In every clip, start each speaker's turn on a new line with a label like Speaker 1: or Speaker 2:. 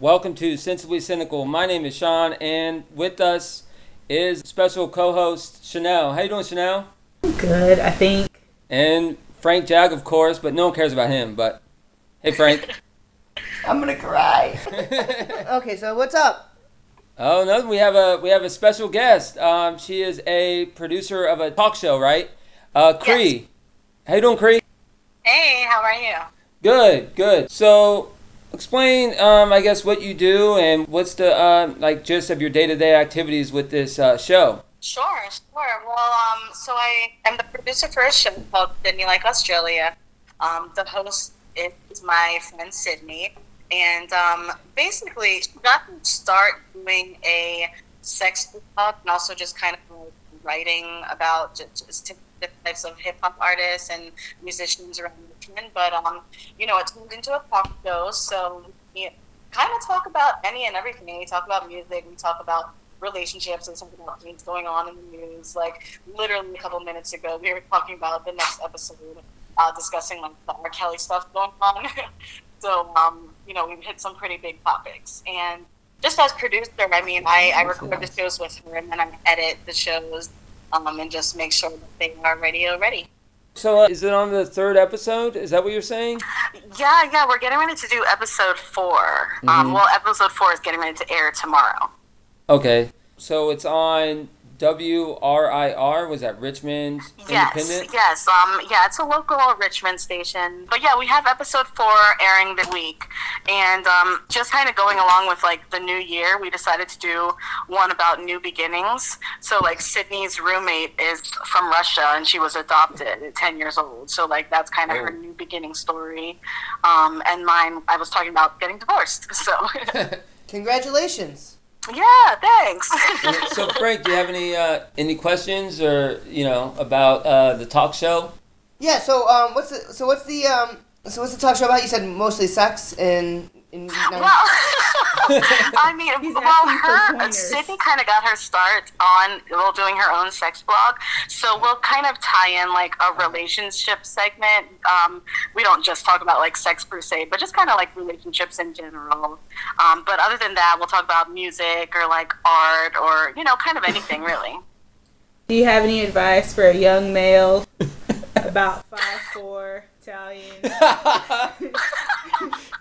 Speaker 1: Welcome to Sensibly Cynical. My name is Sean, and with us is special co-host Chanel. How you doing, Chanel?
Speaker 2: Good, I think.
Speaker 1: And Frank Jag, of course, but no one cares about him. But hey, Frank.
Speaker 3: I'm gonna cry.
Speaker 2: Okay, so what's up?
Speaker 1: oh no, we have a we have a special guest. Um, she is a producer of a talk show, right? Uh, Cree. How you doing, Cree?
Speaker 3: hey, how are you?
Speaker 1: Good, good. So, explain, um, I guess, what you do and what's the uh, like gist of your day-to-day activities with this uh, show.
Speaker 3: Sure, sure. Well, um, so I am the producer for a show called Sydney Like Australia. Um, the host is my friend Sydney, and um, basically she got to start doing a sex talk and also just kind of like writing about just, just different types of hip hop artists and musicians around Richmond. But um, you know, it turned into a talk show, so we kind of talk about any and everything. We talk about music. We talk about relationships and something about things going on in the news. Like literally a couple minutes ago, we were talking about the next episode, uh, discussing like the R. Kelly stuff going on. so um, you know, we've hit some pretty big topics. And just as producer, I mean, I, I record the shows with her, and then I edit the shows, um, and just make sure that they are radio ready.
Speaker 1: So, uh, is it on the third episode? Is that what you're saying?
Speaker 3: Yeah, yeah, we're getting ready to do episode 4
Speaker 1: Mm-hmm.
Speaker 3: Um, well, episode four is getting ready to air tomorrow.
Speaker 1: Okay. So it's on WRIR. Was that Richmond
Speaker 3: Yes,
Speaker 1: Independent?
Speaker 3: yes, um, yeah, it's a local Richmond station, but yeah, we have episode four airing this week, and um, just kind of going along with like the new year, we decided to do one about new beginnings. So like Sydney's roommate is from Russia, and she was adopted at ten years old. So like that's kind of her
Speaker 1: Oh.
Speaker 3: new beginning story, um, and mine, I was talking about getting divorced. So
Speaker 2: Congratulations.
Speaker 3: yeah, thanks.
Speaker 1: so, Frank, do you have any uh, any questions or you know about uh, the talk show?
Speaker 2: Yeah, so um, what's the so what's the um, so what's the talk show about? You said mostly sex and. and no.
Speaker 3: Well, I mean, well,
Speaker 4: asking for
Speaker 3: her
Speaker 4: pointers.
Speaker 3: Sydney kind of got her start on well doing her own sex blog, so we'll kind of tie in like a relationship segment. Um, we don't just talk about like sex per se, but just kind of like relationships in general. Um, but other than that, we'll talk about music or like art or you know, kind of anything really.
Speaker 4: Do you have any advice for a young male about five four Italian?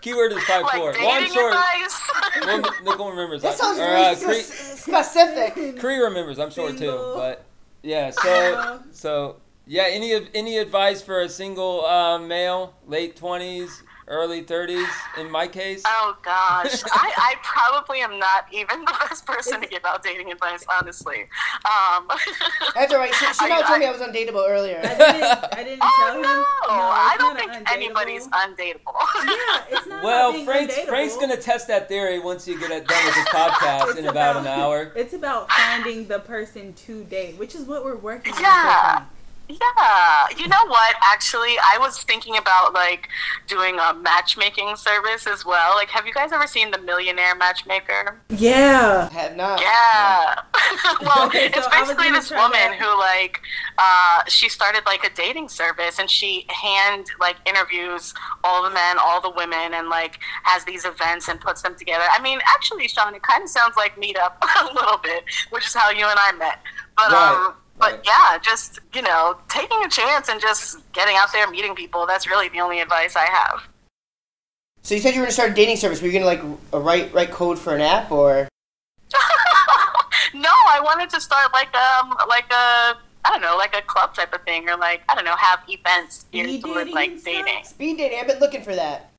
Speaker 1: Keyword is five four.
Speaker 3: Like dating
Speaker 1: One short.
Speaker 3: advice.
Speaker 1: One, Nicole remembers.
Speaker 2: That sounds
Speaker 1: Or,
Speaker 2: really
Speaker 1: uh, Cree-
Speaker 2: s- specific.
Speaker 1: Cree remembers. I'm sure too,
Speaker 4: Single. Uh-huh.
Speaker 1: but yeah. So so yeah. Any of- any advice for a single uh, male, late twenties, early thirties? In my case,
Speaker 3: Oh gosh, I, I probably am not even the best person to give out dating advice, honestly. Um,
Speaker 2: That's all right. She, she
Speaker 3: I-
Speaker 2: now told
Speaker 3: I-
Speaker 2: me I was undateable
Speaker 4: I
Speaker 2: earlier.
Speaker 4: didn't, I didn't
Speaker 3: oh
Speaker 4: tell
Speaker 3: no,
Speaker 4: him.
Speaker 3: I
Speaker 4: it's
Speaker 3: don't
Speaker 4: not
Speaker 3: think
Speaker 4: undateable.
Speaker 3: anybody's undateable.
Speaker 4: Yeah, it's not about
Speaker 1: well,
Speaker 4: being
Speaker 1: Frank's
Speaker 4: undateable.
Speaker 1: Frank's gonna test that theory once you get it done with this podcast
Speaker 4: It's
Speaker 1: in about, an
Speaker 4: about-
Speaker 1: hour.
Speaker 4: It's about finding the person to date, which is what we're working on.
Speaker 3: Yeah.
Speaker 4: for
Speaker 3: yeah, you know what? Actually, I was thinking about like doing a matchmaking service as well. Like, have you guys ever seen The Millionaire Matchmaker?
Speaker 4: Frank. Yeah.
Speaker 2: Have not.
Speaker 3: Yeah. well,
Speaker 1: Okay,
Speaker 3: it's
Speaker 4: so I was
Speaker 3: basically
Speaker 4: gonna
Speaker 3: this
Speaker 4: try
Speaker 3: woman
Speaker 4: that.
Speaker 3: who like uh, she started like a dating service and she hand like interviews all the men, all the women, and like has these events and puts them together. I mean, actually, Sean, it kind of sounds like Meetup a little bit, which is how you and I met. But
Speaker 1: Right,
Speaker 3: um, but
Speaker 1: right.
Speaker 3: yeah, just you know, taking a chance and just getting out there, meeting people. That's really the only advice I have.
Speaker 2: So you said you were gonna start a dating service. Were you gonna like r- write write code for an app or?
Speaker 3: no, I wanted to start like um like a I don't know like a club type of thing or like I don't know have events geared
Speaker 4: Speed dating
Speaker 3: toward
Speaker 4: and
Speaker 3: like
Speaker 4: stuff?
Speaker 3: dating.
Speaker 2: Speed dating. I've been looking for that.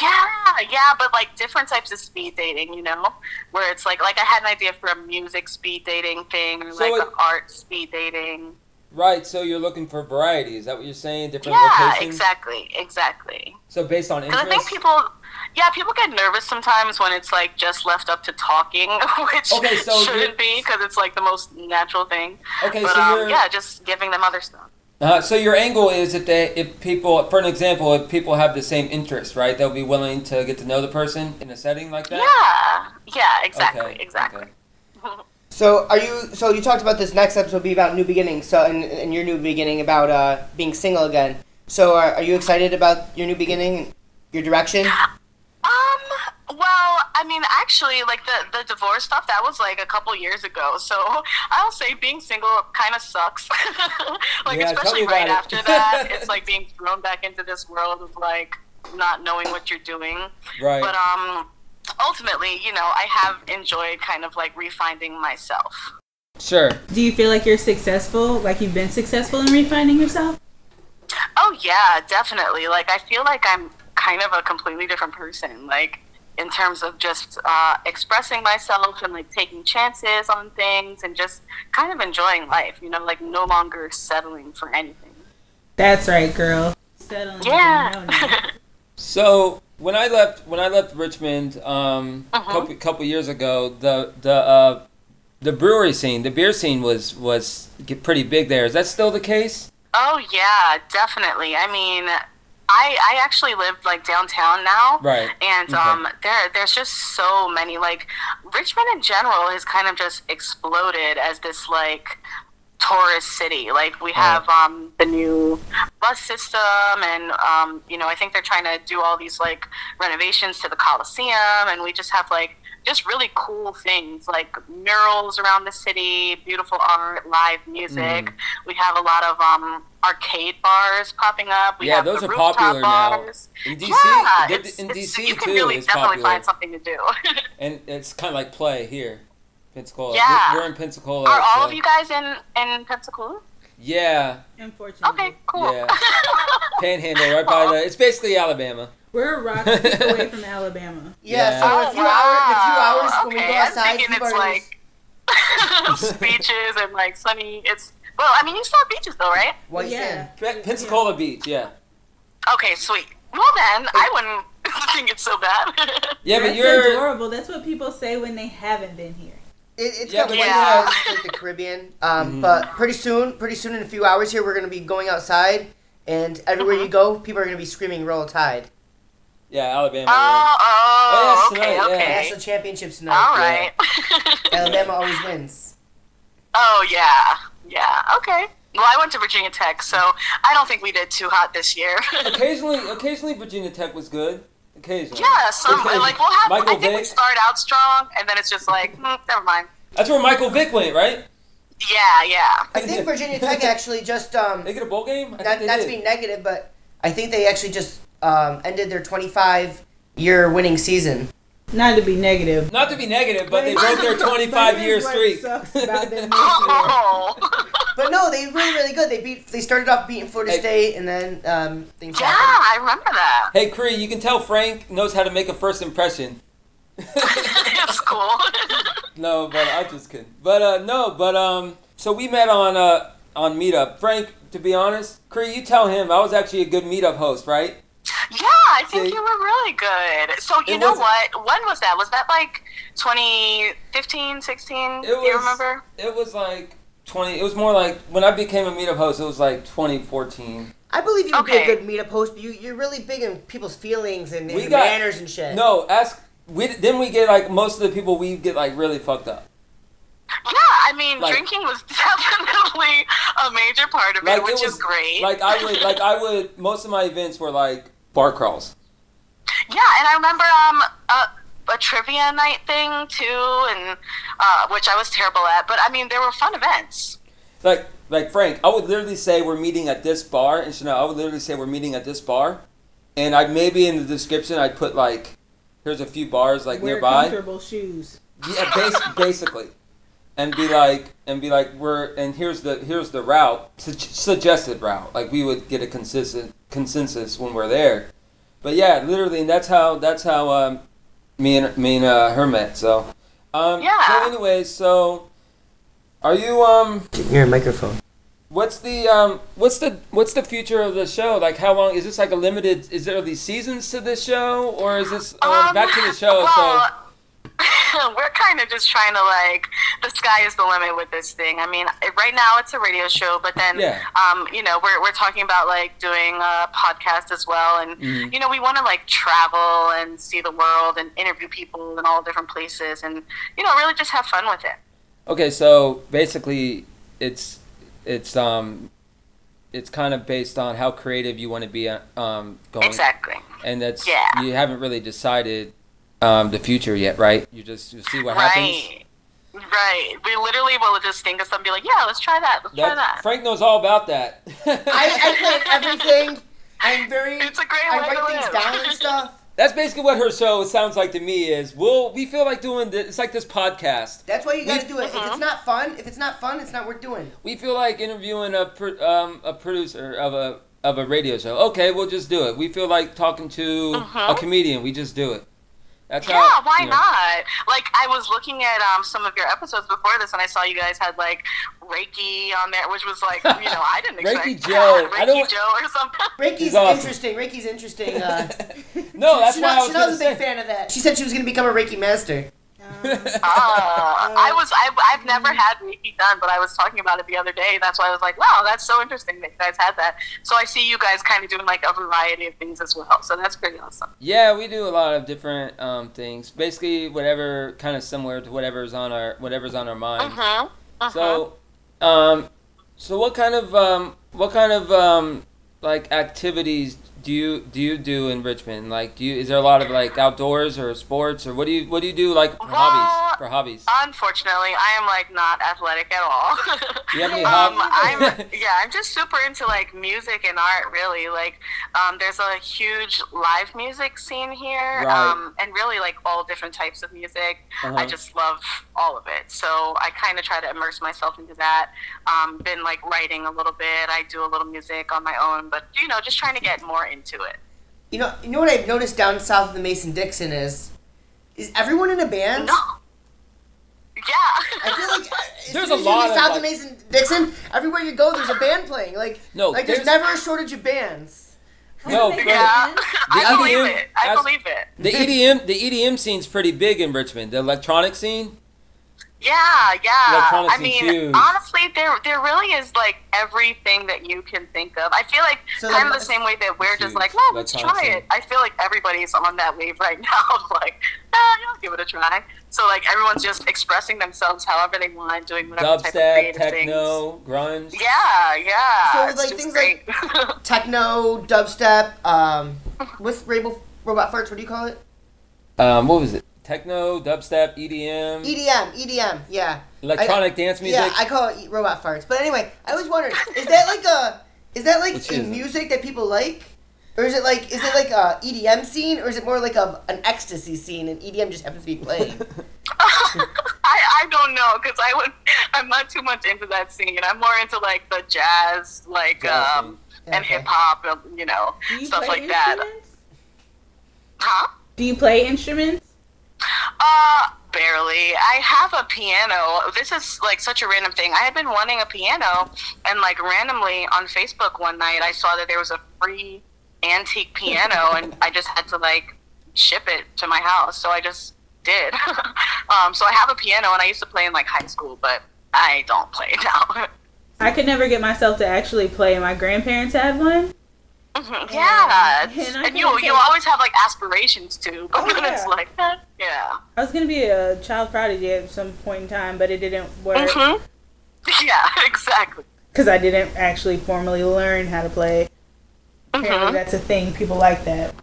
Speaker 3: Yeah, yeah, but like different types of speed dating, you know, where it's like like I had an idea for a music speed dating thing or
Speaker 1: So
Speaker 3: like
Speaker 1: it-
Speaker 3: an art speed dating.
Speaker 1: Right. So you're looking for variety. Is that what you're saying? Different
Speaker 3: yeah,
Speaker 1: locations.
Speaker 3: exactly, exactly.
Speaker 1: So based on
Speaker 3: Because I think
Speaker 1: interest.
Speaker 3: people, yeah, people get nervous sometimes when it's like just left up to talking, which
Speaker 1: Okay, so you-
Speaker 3: shouldn't be because it's like the most natural thing.
Speaker 1: Okay,
Speaker 3: but
Speaker 1: so
Speaker 3: um,
Speaker 1: you're-
Speaker 3: yeah, just giving them other stuff.
Speaker 1: Uh, so your angle is that they, if people, for an example, if people have the same interest, right, they'll be willing to get to know the person in a setting like that.
Speaker 3: Yeah, yeah, exactly,
Speaker 1: Okay,
Speaker 3: exactly.
Speaker 1: okay.
Speaker 2: So are you? So you talked about this next episode will be about new beginnings. So and, and your new beginning about uh, being single again. So are, are you excited about your new beginning, your direction?
Speaker 3: Um, Well, I mean, actually, like the the divorce stuff that was like a couple years ago. So I'll say being single kind of sucks.
Speaker 1: Yeah, tell
Speaker 3: like
Speaker 1: me
Speaker 3: especially
Speaker 1: about
Speaker 3: right
Speaker 1: it.
Speaker 3: after that, it's like being thrown back into this world of like not knowing what you're doing.
Speaker 1: Right.
Speaker 3: But um, ultimately, you know, I have enjoyed kind of like refinding myself.
Speaker 1: sure.
Speaker 4: Do you feel like you're successful? Like you've been successful in refining yourself?
Speaker 3: Oh yeah, definitely. Like I feel like I'm kind of a completely different person. Like in terms of just uh, expressing myself and like taking chances on things and just kind of enjoying life. You know, like no longer settling for anything.
Speaker 4: That's right, girl. Settling. is a no-no.
Speaker 3: Yeah.
Speaker 1: So when I left when I left Richmond um, a
Speaker 3: Uh-huh.
Speaker 1: couple, couple years ago, the the uh, the brewery scene, the beer scene was was get pretty big there. Is that still the case?
Speaker 3: oh yeah, definitely. I mean, I I actually live like downtown now.
Speaker 1: Right.
Speaker 3: And
Speaker 1: Okay.
Speaker 3: um, there, there's just so many. Like Richmond in general has kind of just exploded as this like tourist city. Like we have um, the new bus system, and um, you know, I think they're trying to do all these like renovations to the Coliseum, and we just have like just really cool things like murals around the city, beautiful art, live music.
Speaker 1: Mm.
Speaker 3: We have a lot of um, arcade bars popping up. We
Speaker 1: Yeah,
Speaker 3: have
Speaker 1: those
Speaker 3: the
Speaker 1: are
Speaker 3: rooftop
Speaker 1: popular now.
Speaker 3: bars
Speaker 1: In DC,
Speaker 3: yeah,
Speaker 1: the-
Speaker 3: it's-
Speaker 1: in
Speaker 3: it's-
Speaker 1: DC
Speaker 3: you can
Speaker 1: too
Speaker 3: really
Speaker 1: is
Speaker 3: definitely
Speaker 1: popular,
Speaker 3: find something to do.
Speaker 1: and it's kind of like play here, Pensacola.
Speaker 3: Yeah.
Speaker 1: We're, we're in Pensacola.
Speaker 3: Are all
Speaker 1: so-
Speaker 3: of you guys in in Pensacola?
Speaker 1: Yeah,
Speaker 4: Unfortunately.
Speaker 3: Okay, cool.
Speaker 1: Mm-hmm. yeah. Panhandle, right by the. It's basically Alabama.
Speaker 4: We're a rock kick away from Alabama.
Speaker 2: Yeah,
Speaker 1: Yeah.
Speaker 2: so in
Speaker 3: Oh,
Speaker 2: a few hours, in a few
Speaker 3: wow.
Speaker 2: hours when we
Speaker 3: Ah, Okay,
Speaker 2: go
Speaker 3: I'm
Speaker 2: outside,
Speaker 3: thinking
Speaker 2: people
Speaker 3: it's
Speaker 2: are gonna
Speaker 3: like- Beaches and like sunny. It's well, I mean, you still have beaches though, right?
Speaker 2: what you
Speaker 4: yeah.
Speaker 2: saying?
Speaker 1: Pe- Pensacola Beach, yeah.
Speaker 3: Okay, sweet. Well then,
Speaker 1: Oh.
Speaker 3: I wouldn't think it's so bad.
Speaker 1: Yeah, but
Speaker 4: That's
Speaker 1: you're.
Speaker 4: adorable. That's what people say when they haven't been here.
Speaker 2: It, it's
Speaker 1: Yeah, Mm-hmm.
Speaker 2: got
Speaker 1: but
Speaker 2: white
Speaker 3: yeah.
Speaker 2: house, like the Caribbean. Um, But pretty soon, pretty soon in a few hours here, we're gonna be going outside, and everywhere
Speaker 3: Uh-huh.
Speaker 2: you go, people are gonna be screaming "Roll Tide!"
Speaker 1: Yeah, Alabama. yeah.
Speaker 3: oh, oh,
Speaker 1: Oh, yeah,
Speaker 3: okay,
Speaker 1: snow, yeah.
Speaker 3: okay.
Speaker 2: National championships tonight.
Speaker 3: All right.
Speaker 2: Alabama always wins.
Speaker 3: oh yeah, yeah. Okay. Well, I went to Virginia Tech, so I don't think we did too hot this year.
Speaker 1: Occasionally, occasionally Virginia Tech was good. Occasionally.
Speaker 3: Yeah, some
Speaker 1: Occasionally.
Speaker 3: like we'll have.
Speaker 1: Michael
Speaker 3: I think we
Speaker 1: Vick.
Speaker 3: start out strong, and then it's just like, mm, never mind.
Speaker 1: That's where Michael Vick went, right?
Speaker 3: Yeah, yeah.
Speaker 2: I think Virginia Tech actually just um,
Speaker 1: They get a bowl game. I think
Speaker 2: not,
Speaker 1: they
Speaker 2: not to
Speaker 1: did.
Speaker 2: be negative, but I think they actually just um, ended their 25 year winning season.
Speaker 4: Not to be negative.
Speaker 1: Not to be negative, but they
Speaker 4: But-
Speaker 1: broke their
Speaker 4: but
Speaker 1: 25 year
Speaker 4: here's what
Speaker 1: streak.
Speaker 4: sucks about them this year.
Speaker 3: Oh,
Speaker 2: But no, they were really, really good. They beat. They started off beating Florida
Speaker 1: Hey.
Speaker 2: State, and then um, things
Speaker 3: yeah,
Speaker 2: happened.
Speaker 3: I remember that.
Speaker 1: hey, Cree, you can tell Frank knows how to make a first impression.
Speaker 3: it's cool.
Speaker 1: No, but I just kidding. But uh, no, but um, so we met on uh on Meetup. Frank, to be honest, Cree, you tell him I was actually a good Meetup host, right?
Speaker 3: yeah, I think
Speaker 1: See?
Speaker 3: you were really good. So you
Speaker 1: It
Speaker 3: know
Speaker 1: was-
Speaker 3: what? When was that? Was that like 2015, 16? Do
Speaker 1: It
Speaker 3: you
Speaker 1: was-
Speaker 3: remember?
Speaker 1: It was like 20. It was more like when I became a Meetup host. It was like 2014.
Speaker 2: I believe you would
Speaker 3: Okay.
Speaker 2: be a good meetup host. But you, you're really big in people's feelings and,
Speaker 1: We
Speaker 2: and
Speaker 1: got-
Speaker 2: manners and shit.
Speaker 1: No, ask. We then we get like most of the people we get like really fucked up.
Speaker 3: Yeah, I mean,
Speaker 1: Like-
Speaker 3: drinking was definitely a major part of it,
Speaker 1: Like, it
Speaker 3: which
Speaker 1: was-
Speaker 3: is great.
Speaker 1: Like I would like I would. Most of my events were like bar crawls.
Speaker 3: Yeah, and I remember um a, a trivia night thing too, and uh, which I was terrible at. But I mean, there were fun events.
Speaker 1: Like like Frank, I would literally say we're meeting at this bar, and Chanel, I would literally say we're meeting at this bar, and I maybe in the description I'd put like, here's a few bars like
Speaker 4: Wear
Speaker 1: nearby,
Speaker 4: comfortable shoes.
Speaker 1: yeah, bas- basically, and be like and be like we're and here's the here's the route su- suggested route. Like we would get a consistent consensus when we're there, but yeah, literally, and that's how that's how um, me and me and uh, her met. So um,
Speaker 3: Yeah.
Speaker 1: So anyway, so are you um.
Speaker 2: You're a microphone.
Speaker 1: What's the um what's the what's the future of the show? Like how long is this like a limited is there these seasons to this show or is this uh,
Speaker 3: Um,
Speaker 1: back to the show
Speaker 3: Well,
Speaker 1: so
Speaker 3: we're kind of just trying to like the sky is the limit with this thing. I mean, right now it's a radio show, but then
Speaker 1: Yeah.
Speaker 3: um, you know we're we're talking about like doing a podcast as well, and
Speaker 1: Mm-hmm.
Speaker 3: you know we want to like travel and see the world and interview people in all different places, and you know really just have fun with it.
Speaker 1: Okay, so basically it's it's um it's kind of based on how creative you want to be uh, um going
Speaker 3: Exactly.
Speaker 1: and that's
Speaker 3: Yeah.
Speaker 1: you haven't really decided um, the future yet, right? You just you see what happens.
Speaker 3: right. Right. We literally will just think of something and be like, yeah, let's try that. Let's try
Speaker 1: That,
Speaker 3: that.
Speaker 1: Frank knows all about that.
Speaker 2: I, I plan everything. I'm very.
Speaker 3: It's a great
Speaker 2: I
Speaker 3: way to
Speaker 2: write things
Speaker 3: live.
Speaker 2: down and stuff.
Speaker 1: That's basically what her show sounds like to me. Is we'll we feel like doing this, it's like this podcast.
Speaker 2: That's why you gotta
Speaker 1: We-
Speaker 2: do it. If
Speaker 3: Mm-hmm.
Speaker 2: it's not fun, if it's not fun, it's not worth doing.
Speaker 1: We feel like interviewing a pro, um, a producer of a of a radio show. Okay, we'll just do it. We feel like talking to a
Speaker 3: Mhm.
Speaker 1: comedian. We just do it. That's
Speaker 3: Yeah,
Speaker 1: how,
Speaker 3: why
Speaker 1: you know.
Speaker 3: not? Like I was looking at um, some of your episodes before this, and I saw you guys had like Reiki on there, which was like, you know, I didn't expect
Speaker 1: Reiki Joe.
Speaker 3: Reiki
Speaker 1: I don't-
Speaker 3: Joe or something.
Speaker 2: Reiki's
Speaker 1: He's awesome.
Speaker 2: interesting. Reiki's interesting. Uh,
Speaker 1: No, that's
Speaker 2: she
Speaker 1: why
Speaker 2: knows, she
Speaker 1: I
Speaker 2: knows
Speaker 1: was
Speaker 2: a big
Speaker 1: going
Speaker 2: fan of that. She said she was gonna become a Reiki master.
Speaker 4: Um,
Speaker 3: Ah, I was I, I've never
Speaker 1: Mm.
Speaker 3: had Reiki done, but I was talking about it the other day. That's why I was like, wow, that's so interesting that you guys had that. So I see you guys kind of doing like a variety of things as well. So that's pretty awesome.
Speaker 1: Yeah, we do a lot of different um, things. Basically, whatever kind of similar to whatever's on our whatever's on our mind.
Speaker 3: Mm-hmm.
Speaker 1: So,
Speaker 3: Uh-huh.
Speaker 1: um, so what kind of um, what kind of um, like activities do you do you do in Richmond? Like, do you is there a lot of like outdoors or sports or what do you what do you do like for
Speaker 3: Uh,
Speaker 1: hobbies
Speaker 3: Well,
Speaker 1: for hobbies?
Speaker 3: Unfortunately, I am like not athletic at all.
Speaker 1: Do you have any
Speaker 3: um, I'm
Speaker 1: hobbies?
Speaker 3: yeah, I'm just super into like music and art. Really, like um, there's a huge live music scene here,
Speaker 1: Right.
Speaker 3: um, and really like all different types of music. I
Speaker 1: Uh-huh.
Speaker 3: just love all of it. So I kind of try to immerse myself into that. Um, been like writing a little bit. I do a little music on my own, but you know, just trying to get more into it.
Speaker 2: You know, you know what I've noticed down south of the Mason Dixon is, is everyone in a band?
Speaker 3: No. Yeah.
Speaker 2: I feel like uh, as
Speaker 1: There's
Speaker 2: soon
Speaker 1: a
Speaker 2: as
Speaker 1: lot
Speaker 2: you leave
Speaker 1: of,
Speaker 2: South of
Speaker 1: like-
Speaker 2: Mason Dixon. Everywhere you go, there's a band playing. Like
Speaker 1: No,
Speaker 2: like there's,
Speaker 1: there's-
Speaker 2: never a shortage of bands.
Speaker 1: No,
Speaker 4: Yeah.
Speaker 3: yeah. I
Speaker 1: The
Speaker 3: believe
Speaker 1: EDM
Speaker 3: it. I
Speaker 1: as-
Speaker 3: believe it.
Speaker 1: the EDM the EDM scene's pretty big in Richmond. The electronic scene.
Speaker 3: Yeah, yeah.
Speaker 1: Electronics
Speaker 3: I mean,
Speaker 1: infused.
Speaker 3: honestly, there there really is like everything that you can think of. I feel like
Speaker 2: So,
Speaker 3: kind
Speaker 2: like,
Speaker 3: of the same way that we're just
Speaker 1: huge.
Speaker 3: like, well, let's try
Speaker 1: Electronics
Speaker 3: it.
Speaker 1: in-
Speaker 3: I feel like everybody's on that wave right now. of like, ah, yeah, I'll give it a try. So like everyone's just expressing themselves however they want, doing whatever type of
Speaker 1: Dubstep,
Speaker 3: creative things.
Speaker 1: techno, grunge.
Speaker 3: Yeah, yeah.
Speaker 2: So,
Speaker 3: it's
Speaker 2: like,
Speaker 3: just
Speaker 2: things
Speaker 3: great.
Speaker 2: like- Techno, dubstep. Um, what's Rabel Robot Farts? What do you call it?
Speaker 1: Um, what was it? Techno, dubstep,
Speaker 2: E
Speaker 1: EDM,
Speaker 2: EDM. EDM. Yeah.
Speaker 1: electronic dance Mm. music.
Speaker 2: Yeah, I call it e- robot farts. But anyway, I was wondering, is that like a is that like
Speaker 1: Which
Speaker 2: a
Speaker 1: is it?
Speaker 2: music that people like? Or is it like is it like a EDM scene or is it more like a, an ecstasy scene and EDM just happens to be playing?
Speaker 3: I, I don't know because I would I'm not too much into that scene. I'm more into like the jazz, like
Speaker 1: Jazz
Speaker 3: um, and
Speaker 2: Okay.
Speaker 3: hip hop, and you know,
Speaker 4: Do you
Speaker 3: stuff
Speaker 4: play
Speaker 3: like that.
Speaker 4: instruments?
Speaker 3: Huh?
Speaker 4: Do you play instruments?
Speaker 3: Uh, barely. I have a piano. This is like such a random thing. I had been wanting a piano, and like randomly on Facebook one night, I saw that there was a free antique piano, and I just had to like ship it to my house. So I just did. um, so I have a piano, and I used to play in like high school, but I don't play it now.
Speaker 4: I could never get myself to actually play. My grandparents had one. Oh, And
Speaker 3: Mhm, yeah,
Speaker 4: I
Speaker 3: it's- and,
Speaker 4: couldn't
Speaker 3: you you
Speaker 4: take-
Speaker 3: always have like aspirations to, but
Speaker 4: Oh,
Speaker 3: then it's
Speaker 4: yeah.
Speaker 3: like eh, yeah,
Speaker 4: I was gonna be a child prodigy at some point in time, but it didn't work
Speaker 3: Mhm. yeah, exactly.
Speaker 4: because I didn't actually formally learn how to play. Apparently,
Speaker 3: Mhm.
Speaker 4: that's a thing. People like that.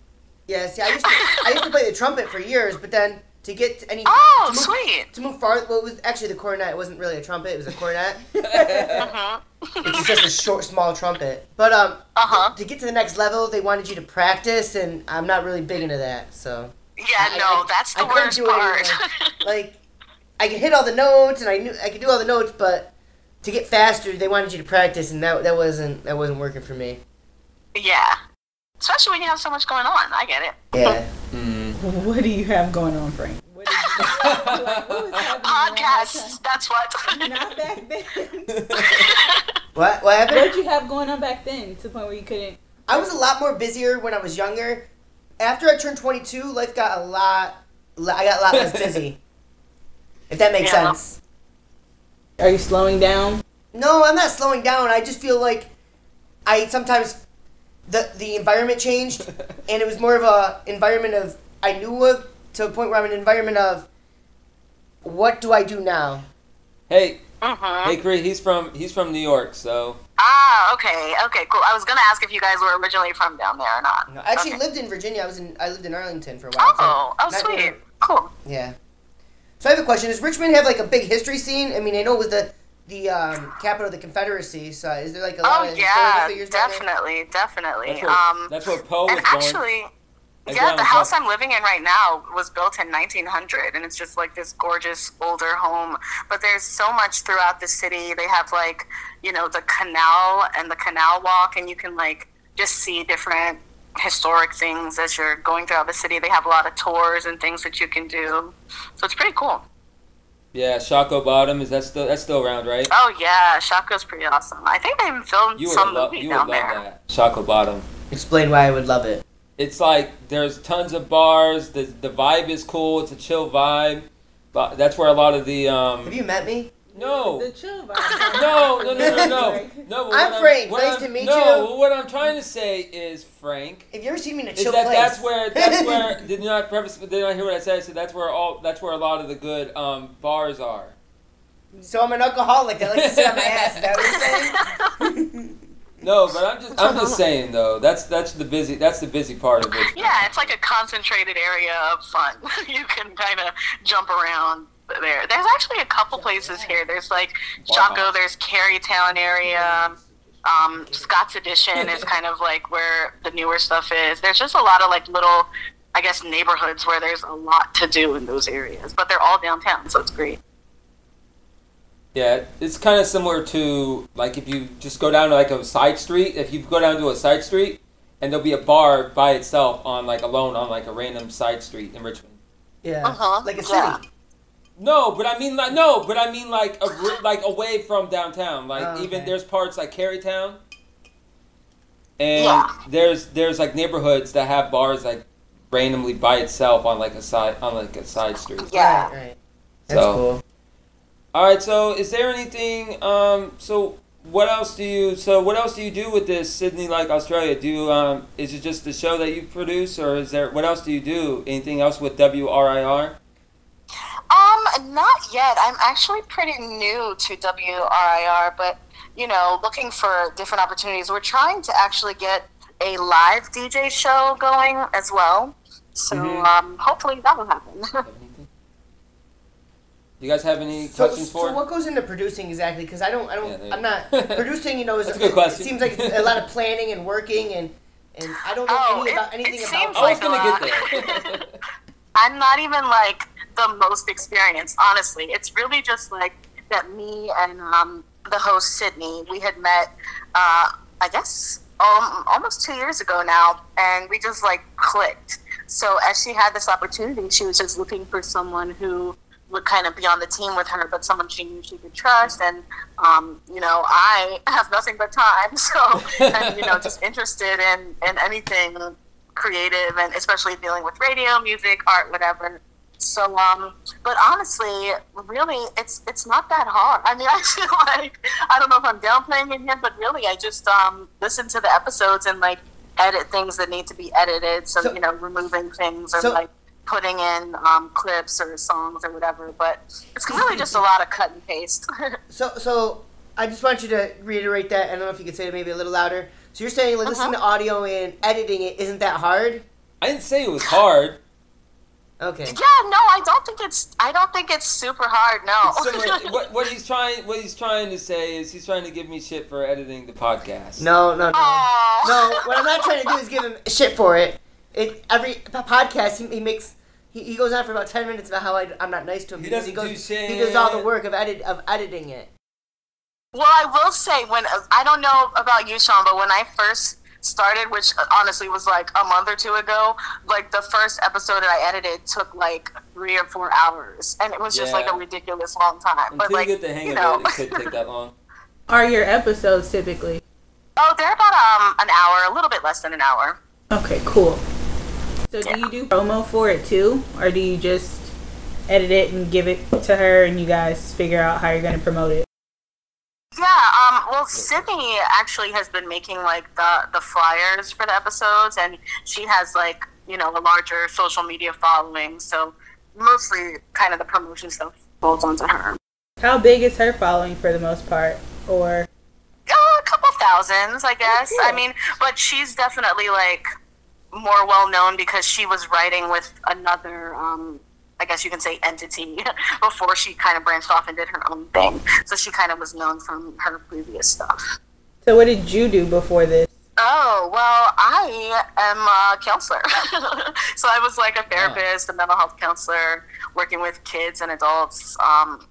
Speaker 2: yeah, see, I used to I used to play the trumpet for years, but then to get to any
Speaker 3: Oh,
Speaker 2: to move,
Speaker 3: sweet.
Speaker 2: to move far, well, it was actually the cornet. It wasn't really a trumpet; it was a cornet.
Speaker 4: Uh-huh.
Speaker 3: Mhm.
Speaker 2: It's just a short, small trumpet. But um,
Speaker 3: Uh huh.
Speaker 2: to get to the next level, they wanted you to practice, and I'm not really big into that. So
Speaker 3: Yeah,
Speaker 2: I-
Speaker 3: no,
Speaker 2: I-
Speaker 3: that's
Speaker 2: I
Speaker 3: the
Speaker 2: couldn't
Speaker 3: worst
Speaker 2: do it
Speaker 3: part.
Speaker 2: like I could hit all the notes and I knew I could do all the notes, but to get faster, they wanted you to practice, and that that wasn't that wasn't working for me.
Speaker 3: yeah. Especially when you have so much going on. I get it.
Speaker 4: Uh-huh.
Speaker 2: Yeah,
Speaker 4: What do you have going on, Frank? What is like, what was happening around that time?
Speaker 3: Podcasts, that's what.
Speaker 4: Not back then.
Speaker 2: what what happened?
Speaker 4: What'd you have going on back then to the point where you couldn't?
Speaker 2: I was a lot more busier when I was younger. After I turned 22, life got a lot. li- I got a lot less busy. if that makes
Speaker 3: Yeah.
Speaker 2: sense.
Speaker 4: Are you slowing down?
Speaker 2: No, I'm not slowing down. I just feel like I sometimes the the environment changed, and it was more of a environment of I knew of to a point where I'm in an environment of what do I do now?
Speaker 1: Hey,
Speaker 3: Mhm.
Speaker 1: hey, Chris. He's from he's from New York, so
Speaker 3: Ah, okay, okay, cool. I was gonna ask if you guys were originally from down there or not.
Speaker 2: I actually
Speaker 3: Okay.
Speaker 2: lived in Virginia. I was in I lived in Arlington for a while.
Speaker 3: Oh, oh,
Speaker 2: not
Speaker 3: sweet.
Speaker 2: near-
Speaker 3: Cool.
Speaker 2: Yeah. So I have a question: Does Richmond have like a big history scene? I mean, I know it was the the um, capital of the Confederacy. So is there like a lot
Speaker 3: Oh
Speaker 2: of historical
Speaker 3: yeah,
Speaker 2: figures down there?
Speaker 3: definitely, definitely.
Speaker 1: That's where,
Speaker 3: um,
Speaker 1: that's where Poe was
Speaker 3: and
Speaker 1: born.
Speaker 3: actually,
Speaker 1: That's where I
Speaker 3: yeah, the
Speaker 1: was
Speaker 3: house
Speaker 1: born.
Speaker 3: I'm living in right now was built in 1900, and it's just like this gorgeous older home. But there's so much throughout the city. They have like, you know, the canal and the canal walk, and you can like just see different historic things as you're going throughout the city. They have a lot of tours and things that you can do. So it's pretty cool.
Speaker 1: Yeah, Shaco Bottom is that still that's still around, right?
Speaker 3: Oh yeah, Shaco's pretty awesome. I think they even filmed
Speaker 1: You would
Speaker 3: some
Speaker 1: love
Speaker 3: movie
Speaker 1: you would
Speaker 3: down
Speaker 1: love
Speaker 3: there.
Speaker 1: that Shaco Bottom.
Speaker 2: Explain why I would love it.
Speaker 1: It's like there's tons of bars. The the vibe is cool. It's a chill vibe. But that's where a lot of the
Speaker 2: Have
Speaker 1: um
Speaker 2: you met me?
Speaker 1: no
Speaker 4: The chill vibe.
Speaker 1: no, no, no, no, no. no but
Speaker 2: I'm
Speaker 1: what
Speaker 2: Frank.
Speaker 1: what
Speaker 2: Nice
Speaker 1: I'm-
Speaker 2: to meet you.
Speaker 1: No, but what I'm trying to say is, Frank,
Speaker 2: Have you ever seen me in a
Speaker 1: is
Speaker 2: chill
Speaker 1: that
Speaker 2: place?
Speaker 1: that's where that's where did you not preface, but did not hear what I said. I said that's where all that's where a lot of the good um, bars are.
Speaker 2: so I'm an alcoholic. I like to sit on my ass. Is that what you're saying?
Speaker 1: No, but I'm just I'm just saying though. That's that's the busy that's the busy part of it.
Speaker 3: Yeah, it's like a concentrated area of fun. you can kind of jump around there. There's actually a couple places here. There's like Chaco, there's Carytown area. Um, Scott's Edition is kind of like where the newer stuff is. There's just a lot of like little, I guess, neighborhoods where there's a lot to do in those areas. But they're all downtown, so it's great.
Speaker 1: Yeah, it's kind of similar to like if you just go down to like a side street. If you go down to a side street, and there'll be a bar by itself on like alone on like a random side street in Richmond.
Speaker 2: Yeah.
Speaker 3: Uh-huh.
Speaker 2: Like a city.
Speaker 3: Yeah.
Speaker 1: No, but I mean like no, but I mean like a, ri- like away from downtown. Like
Speaker 2: Oh,
Speaker 1: even
Speaker 2: okay.
Speaker 1: there's parts like Carytown, and
Speaker 3: Yeah.
Speaker 1: there's there's like neighborhoods that have bars like randomly by itself on like a side on like a side street.
Speaker 3: Yeah.
Speaker 2: Right, right. That's
Speaker 1: So-
Speaker 2: cool.
Speaker 1: All right. So, is there anything? Um. So, what else do you? So, what else do you do with this Sydney like Australia? Do you, um? Is it just the show that you produce, or is there? What else do you do? Anything else with WRIR?
Speaker 3: Um, not yet. I'm actually pretty new to WRIR, but you know, looking for different opportunities. We're trying to actually get a live DJ show going as well. So
Speaker 1: Mhm.
Speaker 3: um, hopefully that will happen.
Speaker 1: You guys have any
Speaker 2: So,
Speaker 1: questions for?
Speaker 2: so what goes into producing exactly? Because I don't,
Speaker 1: Yeah,
Speaker 2: I don't,
Speaker 1: there you
Speaker 2: I'm
Speaker 1: go.
Speaker 2: not producing. You know, is
Speaker 1: That's a good question.
Speaker 2: It seems like it's a lot of planning and working, and and I don't know
Speaker 3: Oh,
Speaker 2: any
Speaker 3: it-
Speaker 2: about
Speaker 3: it
Speaker 2: anything
Speaker 3: seems
Speaker 1: I
Speaker 2: about.
Speaker 1: was
Speaker 3: like a
Speaker 1: gonna
Speaker 3: lot.
Speaker 1: get there.
Speaker 3: I'm not even like the most experienced, honestly. It's really just like that me and um, the host Sydney, we had met, uh, I guess, um, almost two years ago now, and we just like clicked. So as she had this opportunity, she was just looking for someone who would kind of be on the team with her, but someone she knew she could trust. And um, you know, I have nothing but time, so and you know, just interested in in anything creative and especially dealing with radio, music, art, whatever. So, um, but honestly, really, it's it's not that hard. I mean, I feel like I don't know if I'm downplaying it here, but really, I just um, listen to the episodes and like edit things that need to be edited. So,
Speaker 2: So-
Speaker 3: you know, removing things or
Speaker 2: so-
Speaker 3: like putting in um, clips or songs or whatever. But it's really just a lot of cut and paste.
Speaker 2: So, so I just want you to reiterate that. I don't know if you could say it maybe a little louder. So you're saying like listening
Speaker 3: Uh-huh.
Speaker 2: to audio and editing it isn't that hard?
Speaker 1: I didn't say it was hard.
Speaker 2: Okay.
Speaker 3: yeah, no, I don't think it's I don't think it's super hard.
Speaker 1: It's
Speaker 3: No.
Speaker 1: similar, what, what he's trying what he's trying to say is he's trying to give me shit for editing the podcast.
Speaker 2: No, no, no.
Speaker 3: Aw.
Speaker 2: No, what I'm not trying to do is give him shit for it. It every p- podcast he, he makes he, he goes on for about ten minutes about how I, am not nice to him.
Speaker 1: He
Speaker 2: because
Speaker 1: doesn't
Speaker 2: goes,
Speaker 1: do shit.
Speaker 2: He does all the work of edit of editing it.
Speaker 3: Well, I will say when I don't know about you, Sean, but when I first started, which honestly was like a month or two ago, like the first episode that I edited took like three or four hours, and it was just like
Speaker 1: Yeah.
Speaker 3: a ridiculous long time. but
Speaker 1: Until
Speaker 3: like
Speaker 1: you get the hang
Speaker 3: you
Speaker 1: of
Speaker 3: know,
Speaker 1: it, it could take that long.
Speaker 4: Are your episodes typically?
Speaker 3: oh, they're about um an hour, a little bit less than an hour.
Speaker 4: Okay, cool. So do you do promo for it too, or do you just edit it and give it to her, and you guys figure out how you're gonna promote it?
Speaker 3: Yeah, um, well, Sydney actually has been making like the the flyers for the episodes, and she has like you know a larger social media following, so mostly kind of the promotion stuff falls onto her.
Speaker 4: How big is her following for the most part, or
Speaker 3: Uh, a couple thousands, I guess.
Speaker 4: cool.
Speaker 3: I mean, but she's definitely like more well known because she was writing with another um, I guess you can say entity before she kind of branched off and did her own thing. So she kind of was known from her previous stuff.
Speaker 4: So what did you do before this?
Speaker 3: Oh, well, I am a counselor. so I was like a therapist, a mental health counselor, working with kids and adults um,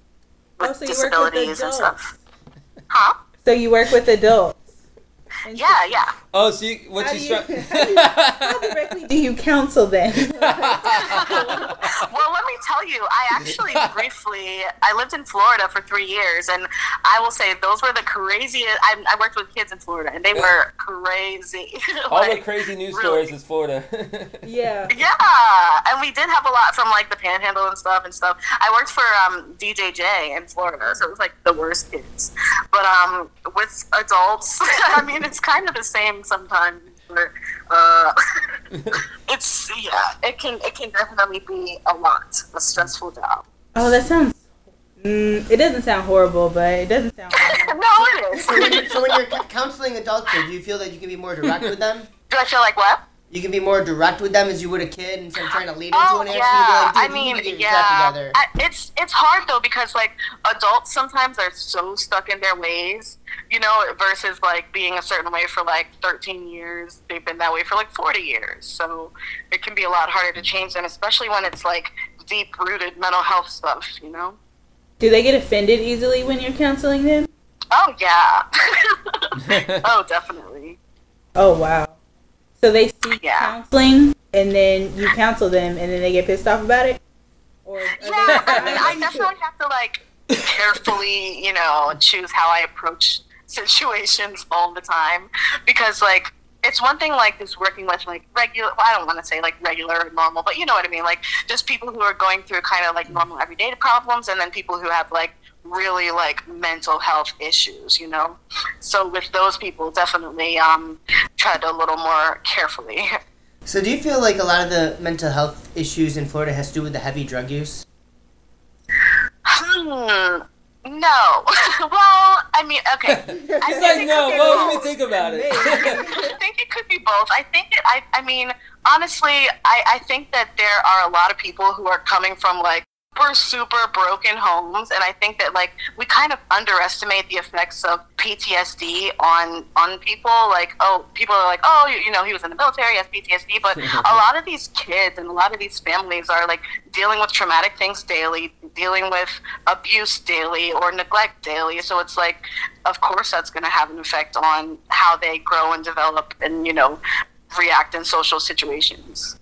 Speaker 4: Oh, so you
Speaker 3: with
Speaker 4: work with
Speaker 3: disabilities and stuff. Huh?
Speaker 4: So you work with adults.
Speaker 3: Yeah, yeah.
Speaker 1: Oh, so you, what
Speaker 4: How
Speaker 1: she's
Speaker 4: do you-
Speaker 1: trying.
Speaker 4: How directly do you counsel them?
Speaker 3: well, let me tell you, I actually briefly I lived in Florida for three years, and I will say those were the craziest. I, I worked with kids in Florida, and they were crazy.
Speaker 1: All the
Speaker 3: Like,
Speaker 1: crazy news
Speaker 3: really.
Speaker 1: stories is Florida.
Speaker 4: yeah.
Speaker 3: Yeah, and we did have a lot from like the Panhandle and stuff and stuff. I worked for um, DJJ in Florida, so it was like the worst kids. But um, with adults, I mean, it's kind of the same sometimes. But, uh, it's yeah, it can it can definitely be a lot, a stressful job.
Speaker 4: Oh, that sounds. Mm, it doesn't sound horrible, but it doesn't sound.
Speaker 3: no, it is.
Speaker 2: So when, you, so when you're c- counseling adults, though, do you feel that you can be more direct with them?
Speaker 3: Do I feel like what?
Speaker 2: You can be more direct with them as you would a kid instead of trying to lead into
Speaker 3: Oh
Speaker 2: an answer.
Speaker 3: yeah, I
Speaker 2: you need
Speaker 3: mean
Speaker 2: to get your crap
Speaker 3: yeah.
Speaker 2: together.
Speaker 3: I, it's it's hard though because like adults sometimes are so stuck in their ways, you know, versus like being a certain way for like 13 years. They've been that way for like 40 years, so it can be a lot harder to change them, especially when it's like deep rooted mental health stuff, you know.
Speaker 4: Do they get offended easily when you're counseling them?
Speaker 3: Oh yeah. oh definitely.
Speaker 4: Oh wow. So they seek
Speaker 3: Yeah.
Speaker 4: counseling, and then you counsel them, and then they get pissed off about it. Or are
Speaker 3: Yeah,
Speaker 4: they-
Speaker 3: I mean, I definitely have to like carefully, you know, choose how I approach situations all the time because like it's one thing like just working with like regular well, I don't want to say like regular or normal, but you know what I mean, like just people who are going through kind of like normal everyday problems and then people who have like really like mental health issues, you know. So with those people definitely um tread a little more carefully.
Speaker 2: so do you feel like a lot of the mental health issues in Florida has to do with the heavy drug use?
Speaker 3: Hmm. No. well, I mean, okay. I
Speaker 1: She's
Speaker 3: think
Speaker 1: like,
Speaker 3: it
Speaker 1: no,
Speaker 3: could be
Speaker 1: well, let me
Speaker 3: both.
Speaker 1: think about it.
Speaker 3: I think it could be both. I think it, I, I mean, honestly, I, I think that there are a lot of people who are coming from like super, super broken homes. And I think that like we kind of underestimate the effects of PTSD on, on people. Like, oh, people are like, oh, you, you know, he was in the military, he has PTSD. But a lot of these kids and a lot of these families are like dealing with traumatic things daily, dealing with abuse daily or neglect daily. So it's like, of course, that's going to have an effect on how they grow and develop and, you know, react in social situations.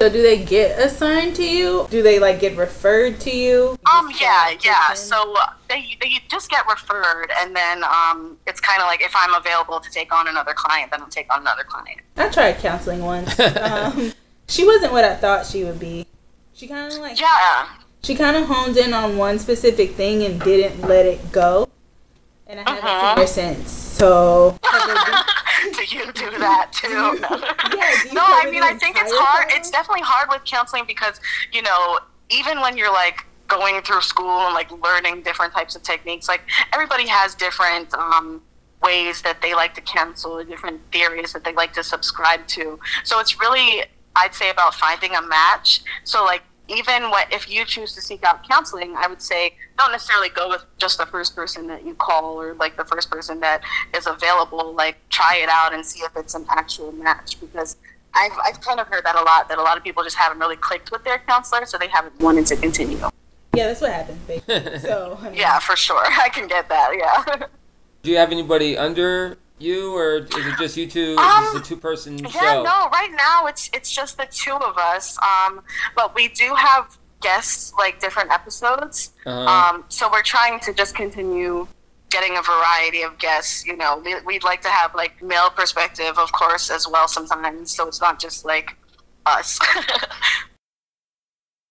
Speaker 4: So do they get assigned to you? Do they like get referred to you?
Speaker 3: Um,
Speaker 4: Just, uh,
Speaker 3: yeah, yeah.
Speaker 4: person?
Speaker 3: So uh, they, they just get referred, and then um, it's kind of like if I'm available to take on another client, then I'll take on another client.
Speaker 4: I tried counseling once. Um, she wasn't what I thought she would be. She kind of like
Speaker 3: Yeah.
Speaker 4: she kind of honed in on one specific thing and didn't let it go, and I haven't
Speaker 3: Uh-huh.
Speaker 4: seen her since. So
Speaker 3: do you do that too?
Speaker 4: Yeah, do you
Speaker 3: no,
Speaker 4: cover
Speaker 3: I mean,
Speaker 4: the
Speaker 3: I think it's
Speaker 4: entire
Speaker 3: hard.
Speaker 4: file?
Speaker 3: It's definitely hard with counseling because, you know, even when you're like going through school and like learning different types of techniques, like everybody has different um, ways that they like to counsel, different theories that they like to subscribe to. So it's really, I'd say, about finding a match. So, like, even what if you choose to seek out counseling, I would say don't necessarily go with just the first person that you call or like the first person that is available. Like try it out and see if it's an actual match because I've I've kind of heard that a lot that a lot of people just haven't really clicked with their counselor, so they haven't wanted to continue.
Speaker 4: yeah, that's what happened. Basically. So I mean,
Speaker 3: Yeah, for sure, I can get that. Yeah.
Speaker 1: Do you have anybody under you, or is it just you two? is
Speaker 3: Um,
Speaker 1: this a two-person
Speaker 3: Yeah,
Speaker 1: show?
Speaker 3: no, right now it's it's just the two of us. Um, but we do have guests like different episodes.
Speaker 1: Uh-huh.
Speaker 3: Um, so we're trying to just continue getting a variety of guests. You know, we, we'd like to have like male perspective, of course, as well sometimes. So it's not just like us.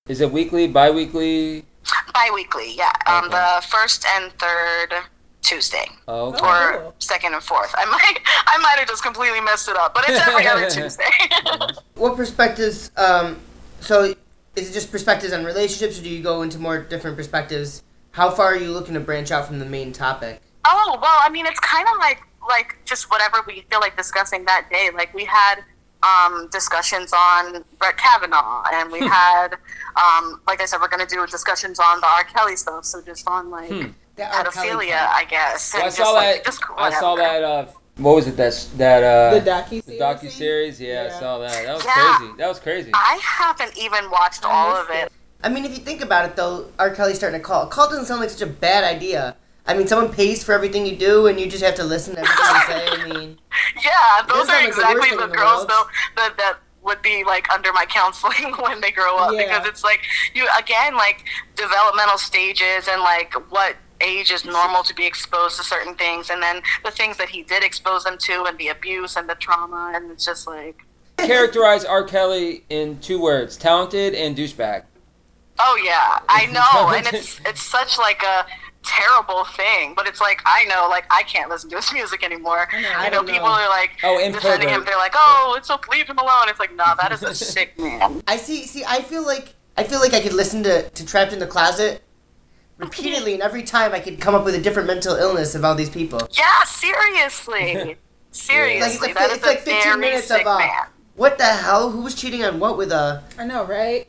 Speaker 1: Is it weekly, bi-weekly?
Speaker 3: Bi-weekly, yeah. Um,
Speaker 1: Okay.
Speaker 3: the first and third Tuesday.
Speaker 1: Oh, okay.
Speaker 4: Oh.
Speaker 3: Or
Speaker 4: cool.
Speaker 3: second and fourth. I might, I might have just completely messed it up, but it's every other Tuesday.
Speaker 2: What perspectives? Um, so is it just perspectives on relationships, or do you go into more different perspectives? How far are you looking to branch out from the main topic?
Speaker 3: Oh well, I mean, it's kind of like like just whatever we feel like discussing that day. Like we had um, discussions on Brett Kavanaugh, and we had, um, like I said, we're going to do discussions on the R. Kelly stuff. So just on like
Speaker 1: Hmm,
Speaker 2: That R. Kelly
Speaker 3: pedophilia, I guess.
Speaker 1: Well,
Speaker 3: and
Speaker 1: I
Speaker 3: just,
Speaker 1: saw
Speaker 3: like,
Speaker 1: that.
Speaker 3: just cool,
Speaker 1: I saw
Speaker 3: whatever.
Speaker 1: that. Uh, what was it? That s- that uh,
Speaker 4: The docu
Speaker 1: the docu series. Yeah, I
Speaker 4: Yeah.
Speaker 1: saw that. That was
Speaker 3: Yeah.
Speaker 1: crazy. That was crazy.
Speaker 3: I haven't even watched all of it.
Speaker 2: I mean, if you think about it, though, R. Kelly's starting a call. A call doesn't sound like such a bad idea. I mean, someone pays for everything you do, and you just have to listen to everything you say. I mean,
Speaker 3: Yeah, those
Speaker 2: Those are,
Speaker 3: are
Speaker 2: like, the worst
Speaker 3: exactly
Speaker 2: thing
Speaker 3: the
Speaker 2: in the
Speaker 3: girls
Speaker 2: world.
Speaker 3: though that that would be like under my counseling when they grow up
Speaker 4: Yeah.
Speaker 3: because it's like you again like developmental stages and like what age is normal to be exposed to certain things and then the things that he did expose them to and the abuse and the trauma and it's just like
Speaker 1: Characterize R. Kelly in two words: talented and douchebag.
Speaker 3: oh yeah I know and it's it's such like a terrible thing but it's like I know like I can't listen to his music anymore
Speaker 4: I know,
Speaker 3: you
Speaker 4: I
Speaker 3: know
Speaker 2: don't know.
Speaker 3: people are like
Speaker 1: Oh, and
Speaker 3: defending him
Speaker 1: pervert.
Speaker 3: they're like oh it's so leave him alone it's like nah that is a sick man
Speaker 2: I see. See, I feel like I feel like I could listen to, to Trapped in the Closet repeatedly, and every time I could come up with a different mental illness of all these people.
Speaker 3: Yeah, seriously.
Speaker 2: Like it's
Speaker 3: seriously.
Speaker 2: like,
Speaker 3: that is
Speaker 2: it's like
Speaker 3: a very
Speaker 2: fifteen minutes
Speaker 3: sick
Speaker 2: of uh,
Speaker 3: man.
Speaker 2: what the hell? Who was cheating on what with uh, a
Speaker 4: I know, right?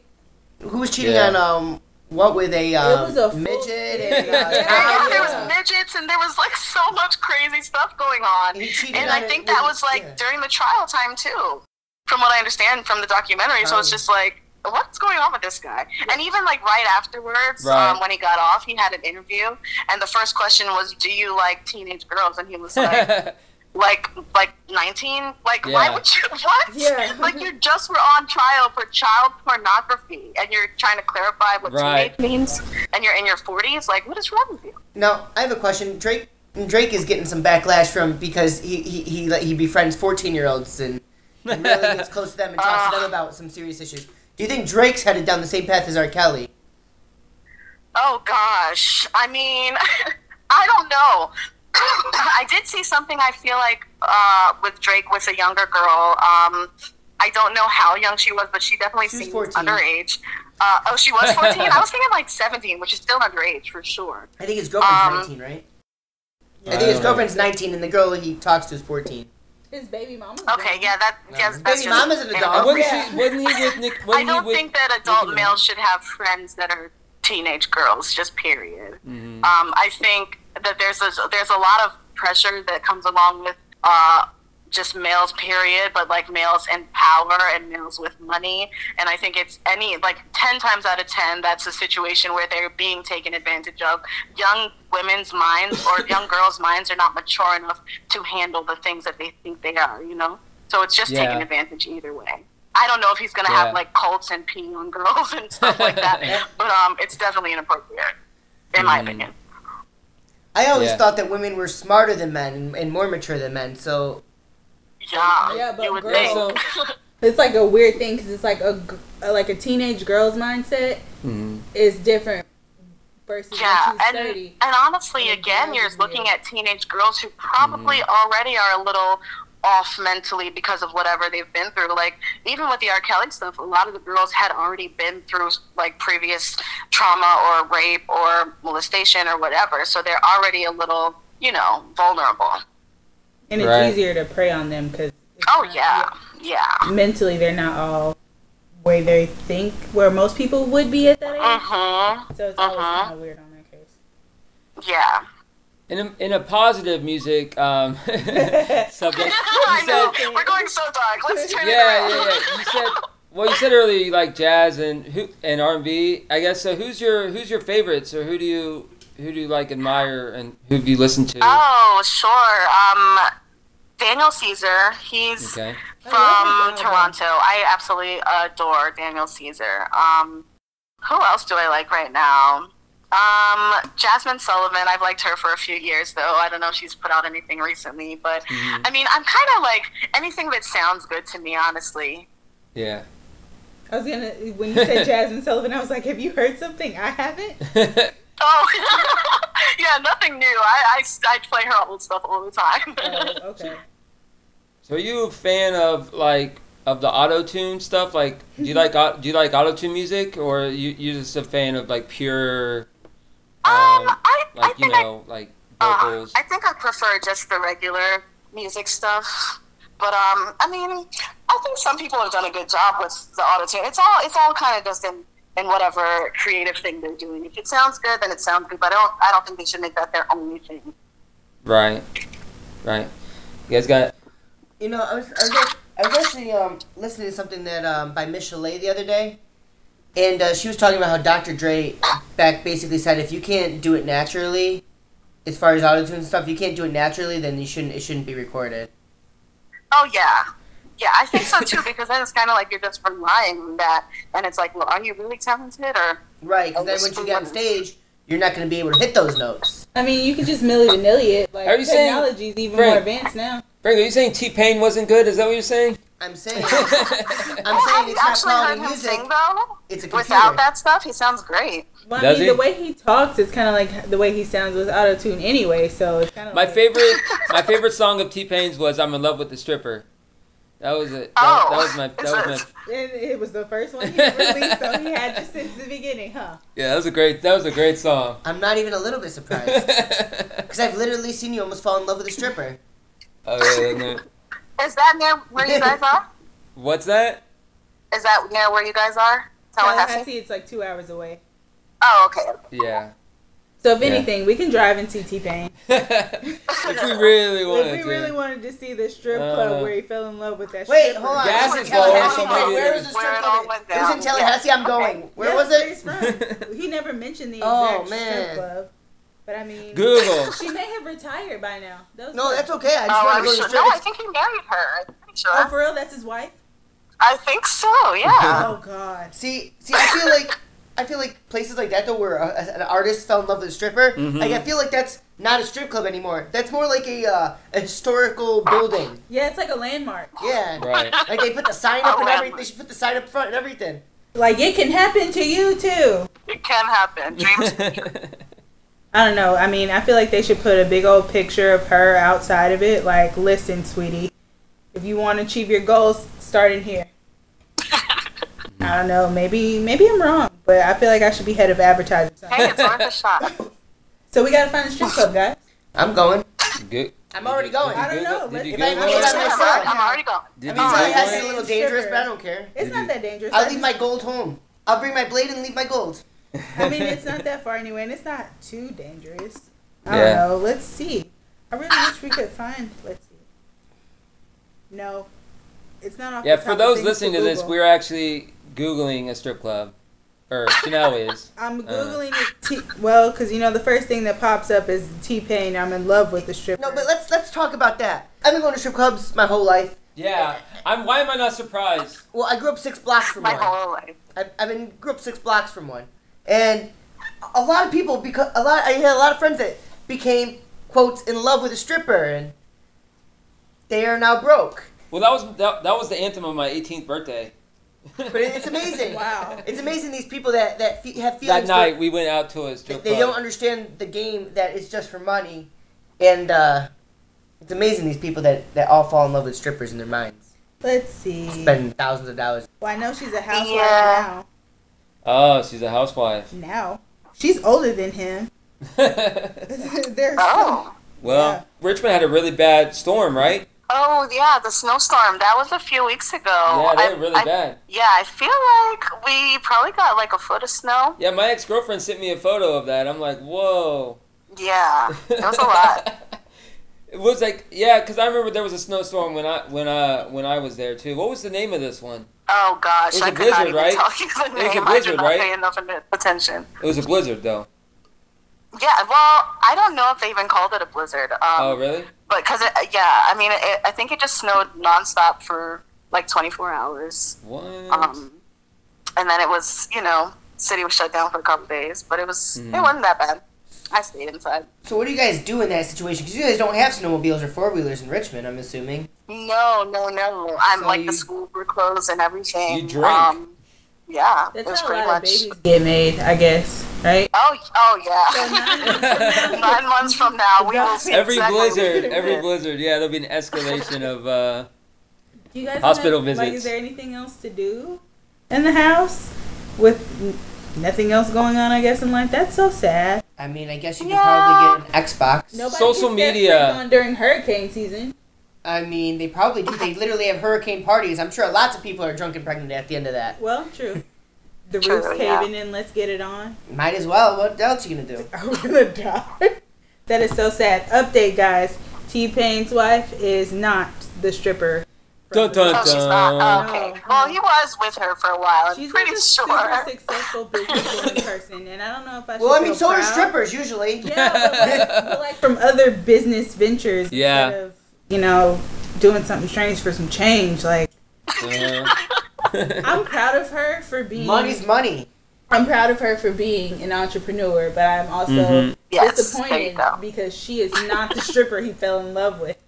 Speaker 2: who was cheating
Speaker 1: Yeah.
Speaker 2: on um what with a um
Speaker 4: was a full-
Speaker 2: midget and uh,
Speaker 1: Yeah,
Speaker 3: Yeah,
Speaker 4: Yeah.
Speaker 3: there was midgets and there was like so much crazy stuff going on.
Speaker 2: And he cheated
Speaker 3: And
Speaker 2: on
Speaker 3: I
Speaker 2: it
Speaker 3: think
Speaker 2: with-
Speaker 3: that was like
Speaker 2: yeah.
Speaker 3: during the trial time too, from what I understand from the documentary. So it's
Speaker 2: Probably.
Speaker 3: just like, what's going on with this guy? And even like right afterwards,
Speaker 1: Right.
Speaker 3: um, when he got off, he had an interview, and the first question was, "Do you like teenage girls?" And he was like. like like 19 like why
Speaker 1: Yeah.
Speaker 3: would you what
Speaker 4: Yeah.
Speaker 3: like you just were on trial for child pornography and you're trying to clarify what
Speaker 1: Right.
Speaker 3: teenage means and you're in your 40s like what is wrong with you
Speaker 2: Now I have a question. Drake Drake is getting some backlash from because he he he, like, he befriends fourteen year olds and, and really gets close to them and talks to them
Speaker 3: Ah.
Speaker 2: about some serious issues. Do you think Drake's headed down the same path as R. Kelly?
Speaker 3: oh gosh i mean i don't know i did see something i feel like uh, with drake with a younger girl um, i don't know how young she was but she definitely
Speaker 2: She was
Speaker 3: seemed
Speaker 2: 14.
Speaker 3: underage uh, oh she was 14 i was thinking like 17 which is still underage for sure
Speaker 2: I think his girlfriend's
Speaker 3: Um,
Speaker 2: nineteen, right? I think his girlfriend's nineteen, and the girl he talks to is fourteen.
Speaker 4: His baby mama.
Speaker 3: Okay, yeah, that yeah, that's
Speaker 2: Baby
Speaker 3: just
Speaker 2: mama's an adult.
Speaker 1: And wasn't,
Speaker 4: Yeah.
Speaker 1: she, wasn't he with Nick?
Speaker 3: I
Speaker 1: Wasn't
Speaker 3: don't
Speaker 1: he with,
Speaker 3: think that adult
Speaker 1: Nicki Minaj?
Speaker 3: males should have friends that are teenage girls. Just period.
Speaker 1: Mm-hmm. Mm.
Speaker 3: Um, I think that there's a there's a lot of pressure that comes along with uh, just males, period. But like males in power and males with money, and I think it's any like ten times out of ten that's a situation where they're being taken advantage of. Young women's minds or young girls' minds are not mature enough to handle the things that they think they are. You know, so it's just
Speaker 1: Yeah.
Speaker 3: taking advantage either way. I don't know if he's gonna
Speaker 1: Yeah.
Speaker 3: have like cults and peeing on girls and stuff like that, but um, it's definitely inappropriate, in my opinion.
Speaker 2: I always
Speaker 1: Yeah.
Speaker 2: thought that women were smarter than men and, and more mature than men. So
Speaker 3: Yeah,
Speaker 4: Yeah, but
Speaker 3: you would
Speaker 4: girls-
Speaker 3: think.
Speaker 1: Also-
Speaker 4: It's like a weird thing because it's like a g- like a teenage girl's mindset
Speaker 1: Mm-hmm.
Speaker 4: is different versus
Speaker 3: yeah,
Speaker 4: when she's
Speaker 3: and
Speaker 4: thirty.
Speaker 3: and honestly,
Speaker 4: And
Speaker 3: again,
Speaker 4: girls
Speaker 3: you're
Speaker 4: is
Speaker 3: looking
Speaker 4: weird.
Speaker 3: at teenage girls who probably already are a little off mentally because of whatever they've been through. Like even with the R. Kelly stuff, a lot of the girls had already been through like previous trauma or rape or molestation or whatever, so they're already a little, you know, vulnerable.
Speaker 4: And it's
Speaker 1: Right.
Speaker 4: easier to prey on them because
Speaker 3: Oh yeah, yeah.
Speaker 4: mentally they're not all where they think where most people would be at that age.
Speaker 3: Mm-hmm.
Speaker 4: So it's always
Speaker 3: Uh-huh.
Speaker 4: kind of weird on that case.
Speaker 3: Yeah.
Speaker 1: In a, in a positive music um, subject, you
Speaker 3: I know.
Speaker 1: said,
Speaker 3: We're going so dark. Let's turn
Speaker 1: yeah,
Speaker 3: it
Speaker 1: yeah,
Speaker 3: around.
Speaker 1: yeah. You said, well, you said earlier you like jazz and who and R and B. I guess so. Who's your who's your favorites or who do you who do you like admire and who do you listen to?
Speaker 3: Oh, sure. Um, Daniel Caesar. He's
Speaker 1: Okay,
Speaker 4: I
Speaker 3: from
Speaker 4: love his album.
Speaker 3: Toronto. I absolutely adore Daniel Caesar. Um, who else do I like right now? Um, Jasmine Sullivan. I've liked her for a few years, though. I don't know if she's put out anything recently, but
Speaker 1: Mm-hmm.
Speaker 3: I mean, I'm kind of like anything that sounds good to me, honestly.
Speaker 1: yeah.
Speaker 4: I was gonna when you said Jasmine Sullivan, I was like, have you heard something? I haven't.
Speaker 3: Oh, yeah, nothing new. I, I, I play her old stuff all the time.
Speaker 4: Oh, okay.
Speaker 1: so are you a fan of like of the auto tune stuff? Like, do
Speaker 3: Mm-hmm.
Speaker 1: you like au- do you like auto tune music or you you just a fan of like pure
Speaker 3: um,
Speaker 1: um,
Speaker 3: I, I
Speaker 1: like you
Speaker 3: think
Speaker 1: know like
Speaker 3: I, uh,
Speaker 1: vocals?
Speaker 3: I think I prefer just the regular music stuff. But um, I mean, I I think some people have done a good job with the autotune. It's all it's all kind of just in, in whatever creative thing they're doing. If it sounds good, then it sounds good. But I don't I don't think they should make that their only thing.
Speaker 1: Right. Right. You guys got
Speaker 2: You know, I was, I was, act- I was actually um, listening to something that um, by Michelet the other day, and uh, she was talking about how Dr. Dre back basically said if you can't do it naturally, as far as autotune and stuff, if you can't do it naturally, then you shouldn't. It shouldn't be recorded.
Speaker 3: Oh yeah. Yeah, I think so too, because then it's kind of like you're just relying on that, and it's like, well, are you really talented, or
Speaker 2: Right, because then once you get on stage, you're not going to be able to hit those notes.
Speaker 4: I mean, you can just milli vanilli it. Like
Speaker 1: Are you saying-
Speaker 4: technology's even
Speaker 1: Frank-
Speaker 4: more advanced now.
Speaker 1: Frank, are you saying T Pain wasn't good? Is that what you're saying?
Speaker 2: I'm saying,
Speaker 3: Well,
Speaker 2: I'm saying
Speaker 3: have you
Speaker 2: it's not
Speaker 3: actually heard
Speaker 2: quality
Speaker 3: him
Speaker 2: music.
Speaker 3: sing though?
Speaker 2: It's a computer.
Speaker 3: Without that stuff, he sounds great.
Speaker 4: Well, I
Speaker 1: Does
Speaker 4: mean,
Speaker 1: he?
Speaker 4: the way he talks is kind of like the way he sounds with auto tune anyway. So it's kind of
Speaker 1: My
Speaker 4: like,
Speaker 1: favorite my favorite song of T Pain's was I'm in love with the stripper. That was it. That,
Speaker 3: Oh.
Speaker 1: that was my that was my
Speaker 4: And it was the first one he released, so he had to since the beginning, huh?
Speaker 1: Yeah, that was a great that was a great song.
Speaker 2: I'm not even a little bit surprised
Speaker 1: oh
Speaker 2: because I've literally seen you almost fall in love with a stripper.
Speaker 1: Oh, yeah, no.
Speaker 3: Is that near where you guys are?
Speaker 1: What's that?
Speaker 3: Is that near where you guys are? Tallahassee?
Speaker 4: Tallahassee, it's like two hours away.
Speaker 3: Oh, okay.
Speaker 1: Yeah.
Speaker 4: So if
Speaker 1: Yeah.
Speaker 4: anything, we can drive and see T Pain.
Speaker 1: if we really wanted
Speaker 4: If
Speaker 1: to.
Speaker 4: we really wanted to see the strip
Speaker 1: Uh,
Speaker 4: club where he fell in love with that.
Speaker 2: Wait,
Speaker 4: stripper.
Speaker 2: hold on.
Speaker 1: Gas
Speaker 2: Where-
Speaker 1: is low,
Speaker 2: Tallahassee,
Speaker 1: so
Speaker 2: wait,
Speaker 1: maybe
Speaker 2: Where
Speaker 1: it
Speaker 2: was
Speaker 1: is.
Speaker 2: the
Speaker 3: Where
Speaker 2: strip
Speaker 3: it
Speaker 2: club?
Speaker 3: all went
Speaker 2: It was in
Speaker 3: down.
Speaker 2: Tallahassee. I'm
Speaker 3: Yeah.
Speaker 2: going.
Speaker 3: Okay.
Speaker 2: Where
Speaker 4: That's
Speaker 2: was it?
Speaker 4: where he's from. he never mentioned the
Speaker 2: Oh,
Speaker 4: exact
Speaker 2: man.
Speaker 4: strip club, but I mean,
Speaker 1: Google.
Speaker 4: She may have retired by now. That was
Speaker 2: No,
Speaker 4: good.
Speaker 2: that's okay. I just
Speaker 3: Oh,
Speaker 2: want
Speaker 3: I'm
Speaker 2: to go to
Speaker 3: sure.
Speaker 2: strip.
Speaker 3: No, I think he married her. I'm pretty
Speaker 4: Oh,
Speaker 3: sure.
Speaker 4: for real, that's his wife.
Speaker 3: I think so. Yeah.
Speaker 4: Oh God.
Speaker 2: See, see, I feel like I feel like places like that though, where a, an artist fell in love with a stripper.
Speaker 1: Mhm.
Speaker 2: Like I feel like that's not a strip club anymore. That's more like a, uh, a historical building.
Speaker 4: Yeah, it's like a landmark.
Speaker 2: Yeah.
Speaker 1: Right.
Speaker 2: Like they put the sign up and
Speaker 3: Oh,
Speaker 2: everything.
Speaker 3: wow.
Speaker 2: They should put the sign up front and everything.
Speaker 4: Like it can happen to you too.
Speaker 3: It can happen. Dreams.
Speaker 4: I don't know. I mean, I feel like they should put a big old picture of her outside of it. Like, listen, sweetie, if you want to achieve your goals, start in here. I don't know. Maybe, maybe I'm wrong, but I feel like I should be head of advertising. or something.
Speaker 3: hey, it's worth a shot.
Speaker 4: So we gotta find a strip club, guys.
Speaker 2: I'm going.
Speaker 1: Good.
Speaker 2: I'm already going.
Speaker 4: I don't
Speaker 1: Did you
Speaker 4: know.
Speaker 1: Google- Did you
Speaker 4: If
Speaker 2: I
Speaker 1: Google
Speaker 2: look
Speaker 1: it?
Speaker 2: at my-
Speaker 3: I'm, already, I'm already going.
Speaker 1: Did
Speaker 4: I
Speaker 1: you
Speaker 4: mean,
Speaker 1: Google
Speaker 4: I
Speaker 1: it?
Speaker 2: Tallahassee
Speaker 4: Wait.
Speaker 2: is a little dangerous, but I don't care.
Speaker 4: It's not that dangerous.
Speaker 2: I'll
Speaker 4: I
Speaker 2: leave
Speaker 4: just-
Speaker 2: my gold home. I'll bring my blade and leave my gold.
Speaker 4: I mean, it's not that far anyway, and it's not too dangerous. I
Speaker 1: Yeah.
Speaker 4: don't know. Let's see. I really wish we could find. Let's see. No, it's not off.
Speaker 1: Yeah,
Speaker 4: the
Speaker 1: for
Speaker 4: top of
Speaker 1: those
Speaker 4: things
Speaker 1: listening to this,
Speaker 4: Google.
Speaker 1: we're actually googling a strip club, or Chanel is.
Speaker 4: I'm googling it. T- well, because you know the first thing that pops up is T Pain. I'm in love with the stripper.
Speaker 2: No, but let's let's talk about that. I've been going to strip clubs my whole life.
Speaker 1: Yeah, I'm. Why am I not surprised?
Speaker 2: Well, I grew up six blocks from
Speaker 3: My
Speaker 2: one.
Speaker 3: whole life.
Speaker 2: I, I mean, grew up six blocks from one, and a lot of people because a lot I had a lot of friends that became quotes in love with a stripper, and they are now broke.
Speaker 1: Well, that was that, that was the anthem of my 18th birthday.
Speaker 2: But it- it's amazing.
Speaker 4: wow.
Speaker 2: It's amazing these people that that fe- have feelings.
Speaker 1: That
Speaker 2: for-
Speaker 1: night we went out to a
Speaker 2: they,
Speaker 1: strip
Speaker 2: they don't
Speaker 1: club.
Speaker 2: understand the game that it's just for money, and uh, it's amazing these people that that all fall in love with strippers in their minds,
Speaker 4: Let's see.
Speaker 2: spend thousands of dollars.
Speaker 4: Well, I know she's a housewife
Speaker 3: Yeah.
Speaker 1: Oh, she's a housewife.
Speaker 4: now. Now she's older than him. There's
Speaker 3: Oh.
Speaker 1: well,
Speaker 4: Yeah.
Speaker 1: Richmond had a really bad storm, right?
Speaker 3: Oh yeah, the snowstorm. That was a few weeks ago.
Speaker 1: yeah, they
Speaker 3: Oh, I-
Speaker 1: were really
Speaker 3: I-
Speaker 1: bad.
Speaker 3: Yeah, I feel like we probably got like a foot of snow.
Speaker 1: Yeah, my ex girlfriend sent me a photo of that. I'm like, whoa.
Speaker 3: Yeah, it was a lot.
Speaker 1: It was like yeah, because I remember there was a snowstorm when I when I when I was there too. What was the name of this one?
Speaker 3: Oh
Speaker 1: It
Speaker 3: gosh,
Speaker 1: was
Speaker 3: I
Speaker 1: a
Speaker 3: could
Speaker 1: blizzard,
Speaker 3: not even
Speaker 1: right?
Speaker 3: tell you the
Speaker 1: was a
Speaker 3: name. I
Speaker 1: blizzard,
Speaker 3: did not
Speaker 1: right?
Speaker 3: pay enough in- attention.
Speaker 1: It was a blizzard though.
Speaker 3: Yeah, well, I don't know if they even called it a blizzard. Um,
Speaker 1: Oh really?
Speaker 3: But because it, uh, yeah, I mean, it, I think it just snowed nonstop for like 24 hours.
Speaker 1: What?
Speaker 3: Um, and then it was, you know, city was shut down for a couple days, but it was
Speaker 1: Mhm.
Speaker 3: it wasn't that bad. I stayed inside.
Speaker 2: So what do you guys do in that situation? Because you guys don't have snowmobiles or four wheelers in Richmond, I'm assuming.
Speaker 3: No, no, no. I'm
Speaker 2: So
Speaker 3: like
Speaker 2: you-
Speaker 3: the schools were closed and everything.
Speaker 1: You drank.
Speaker 3: Um, yeah, it
Speaker 4: that's
Speaker 3: was
Speaker 4: how a
Speaker 3: pretty
Speaker 4: lot
Speaker 3: much.
Speaker 4: of babies get made. I guess right.
Speaker 3: Oh, oh yeah.
Speaker 4: nine-
Speaker 3: Nine months from now, we will see
Speaker 1: every
Speaker 3: exactly what we
Speaker 1: blizzard,
Speaker 3: did.
Speaker 1: every blizzard. Yeah, there'll be an escalation of. uh
Speaker 4: Do you guys
Speaker 1: Hospital
Speaker 4: have, Like,
Speaker 1: visits.
Speaker 4: is there anything else to do in the house with n- nothing else going on? I guess and like that's so sad.
Speaker 2: I mean, I guess you could
Speaker 3: Yeah.
Speaker 2: probably get an Xbox.
Speaker 1: Social
Speaker 4: gets their
Speaker 1: media.
Speaker 4: freak on during hurricane season.
Speaker 2: I mean, they probably do. They literally have hurricane parties. I'm sure lots of people are drunk and pregnant at the end of that.
Speaker 4: Well, true. The
Speaker 3: True,
Speaker 4: roof's
Speaker 3: yeah.
Speaker 4: caving in. Let's get it on.
Speaker 2: Might as well. What else you gonna do?
Speaker 4: Are we gonna die? that is so sad. Update, guys. T Pain's wife is not the stripper.
Speaker 1: Dun, dun,
Speaker 3: Oh,
Speaker 1: dun.
Speaker 3: she's not.
Speaker 4: No,
Speaker 3: Okay.
Speaker 4: no.
Speaker 3: Well, he was with her for a while. I'm
Speaker 4: She's
Speaker 3: pretty
Speaker 4: like a
Speaker 3: sure.
Speaker 4: super successful businesswoman person, and I don't know if I. Should
Speaker 2: Well, I mean,
Speaker 4: feel
Speaker 2: so are
Speaker 4: proud.
Speaker 2: strippers usually.
Speaker 4: Yeah, but like, but like from other business ventures.
Speaker 1: Yeah.
Speaker 4: Instead of, you know, doing something strange for some change. Like
Speaker 1: uh-huh.
Speaker 4: I'm proud of her for being.
Speaker 2: Money's money.
Speaker 4: I'm proud of her for being an entrepreneur, but I'm also
Speaker 1: Mhm.
Speaker 3: Yes, there you
Speaker 4: disappointed
Speaker 3: go.
Speaker 4: because she is not the stripper he fell in love with.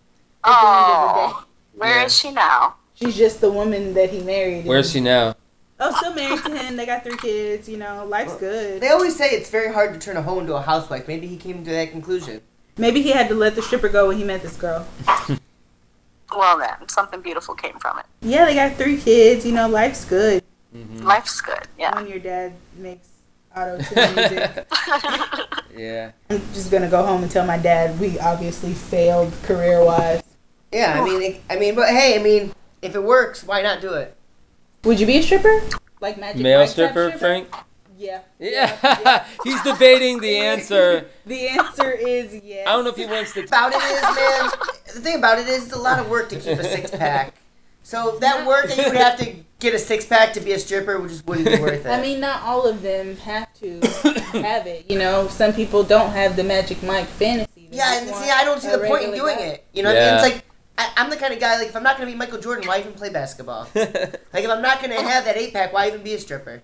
Speaker 4: At the end of the
Speaker 3: Oh,
Speaker 4: day,
Speaker 3: where
Speaker 1: Yeah.
Speaker 3: is she now?
Speaker 4: she's just the woman that he married. and-
Speaker 1: Where's she now?
Speaker 4: Oh, still married to him. They got three kids. You know, life's good.
Speaker 2: They always say it's very hard to turn a hoe into a housewife. Maybe he came to that conclusion.
Speaker 4: Maybe he had to let the stripper go when he met this girl.
Speaker 3: Well, then something beautiful came from it.
Speaker 4: Yeah, they got three kids. You know, life's good.
Speaker 1: Mm. Mm-hmm.
Speaker 3: Life's good. Yeah.
Speaker 4: When your dad makes auto tune music.
Speaker 2: Mm.
Speaker 1: yeah.
Speaker 4: I'm just gonna go home and tell my dad we obviously failed career wise.
Speaker 2: Yeah, I mean, it- I mean, but hey, I mean, if it works, why not do it?
Speaker 4: Would you be a stripper? Like magic
Speaker 1: Male
Speaker 4: Mike type
Speaker 1: stripper, Frank?
Speaker 4: Yeah.
Speaker 1: Yeah. He's debating the answer.
Speaker 4: The answer is yes.
Speaker 1: I don't know if he wants to.
Speaker 2: About it is, man. The thing about it is, it's a lot of work to keep a six pack. So that work that you would have to get a six pack to be a stripper would just wouldn't be worth it.
Speaker 4: I mean, not all of them have to have it. You know, some people don't have the magic Mike fantasy. They
Speaker 2: yeah,
Speaker 4: just
Speaker 2: and
Speaker 4: want
Speaker 2: see, I don't see
Speaker 4: a
Speaker 2: the point in
Speaker 4: regular
Speaker 2: doing
Speaker 4: guy.
Speaker 2: it. You know, what I mean,
Speaker 1: Yeah.
Speaker 2: it's like I, I'm the kind of guy like if I'm not gonna be Michael Jordan, why even play basketball? Like if I'm not gonna have that eight pack, why even be a stripper?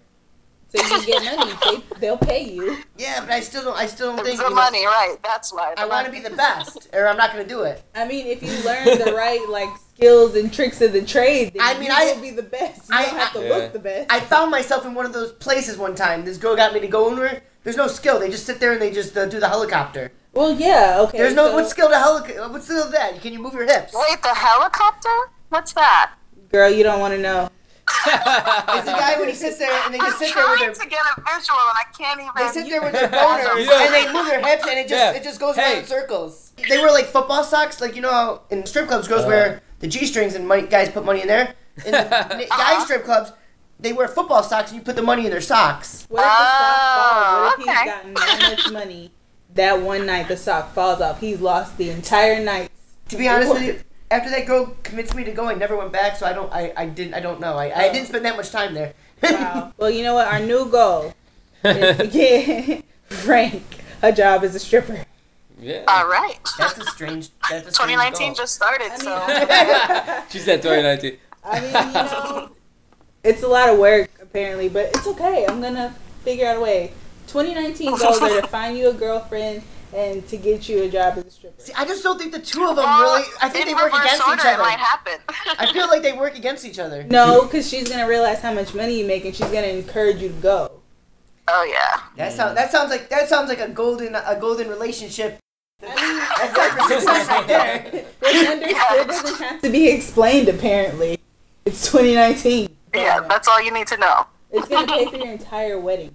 Speaker 4: So you get money. They, they'll pay you.
Speaker 2: Yeah, but I still don't. I still don't think
Speaker 3: the
Speaker 2: you know,
Speaker 3: money, right? That's why.
Speaker 2: I want to be the best, or I'm not gonna do it.
Speaker 4: I mean, if you learn the right like skills and tricks of the trade, then
Speaker 2: I mean,
Speaker 4: you
Speaker 2: I-
Speaker 4: will be the best. You
Speaker 2: I-
Speaker 4: don't have to
Speaker 1: I- Yeah.
Speaker 4: look the best.
Speaker 2: I found myself in one of those places one time. This girl got me to go in there. There's no skill. They just sit there and they just uh, do the helicopter.
Speaker 4: well, yeah, okay.
Speaker 2: There's no
Speaker 4: so-
Speaker 2: what skill to helicopter. What skill to that? Can you move your hips?
Speaker 3: Wait, the helicopter? What's that?
Speaker 4: girl. You don't want to know.
Speaker 2: It's the guy when he sits there and they
Speaker 3: I'm
Speaker 2: just sit there with
Speaker 3: trying
Speaker 2: their
Speaker 3: to get a visual and I can't even.
Speaker 2: they sit there with their boners
Speaker 1: Yeah.
Speaker 2: and they move their hips and it just
Speaker 1: Yeah.
Speaker 2: it just goes
Speaker 1: Hey.
Speaker 2: around in circles. They wear like football socks, like you know how in strip clubs girls
Speaker 1: Uh.
Speaker 2: wear the g strings and money, guys put money in there. In the n- guy strip clubs, they wear football socks and you put the money in their socks.
Speaker 4: What if the sock falls? What if
Speaker 3: Oh,
Speaker 4: he's gotten that much money that one night the sock falls off? He's lost the entire night.
Speaker 2: To be honest with you, after that girl convinced me to go, I never went back. So I don't, I, I didn't, I don't know. I, I didn't spend that much time there.
Speaker 4: Wow. well, you know what? Our new goal is to get Frank a job as a stripper.
Speaker 1: yeah.
Speaker 3: All right.
Speaker 2: that's a strange. That's a strange
Speaker 3: 2019
Speaker 2: goal.
Speaker 3: just started,
Speaker 4: I mean,
Speaker 3: so.
Speaker 1: She said 2019.
Speaker 4: I mean, you know, it's a lot of work apparently, but it's okay. I'm gonna figure out a way. 2019 goals are to find you a girlfriend and to get you a job as a stripper.
Speaker 2: See, I just don't think the two of them
Speaker 3: Well,
Speaker 2: really. I think
Speaker 3: in
Speaker 2: they work
Speaker 3: reverse
Speaker 2: against
Speaker 3: order,
Speaker 2: each other.
Speaker 3: It might happen.
Speaker 2: I feel like they work against each other.
Speaker 4: No, because she's gonna realize how much money you make and she's gonna encourage you to go.
Speaker 3: oh yeah.
Speaker 2: That sounds. That sounds like. That sounds like a golden. A golden relationship.
Speaker 4: I mean,
Speaker 2: That's like for success right there.
Speaker 4: What's understood doesn't have to be explained, apparently. It's 2019.
Speaker 3: Yeah, that's all you need to know.
Speaker 4: It's going to pay for your entire wedding.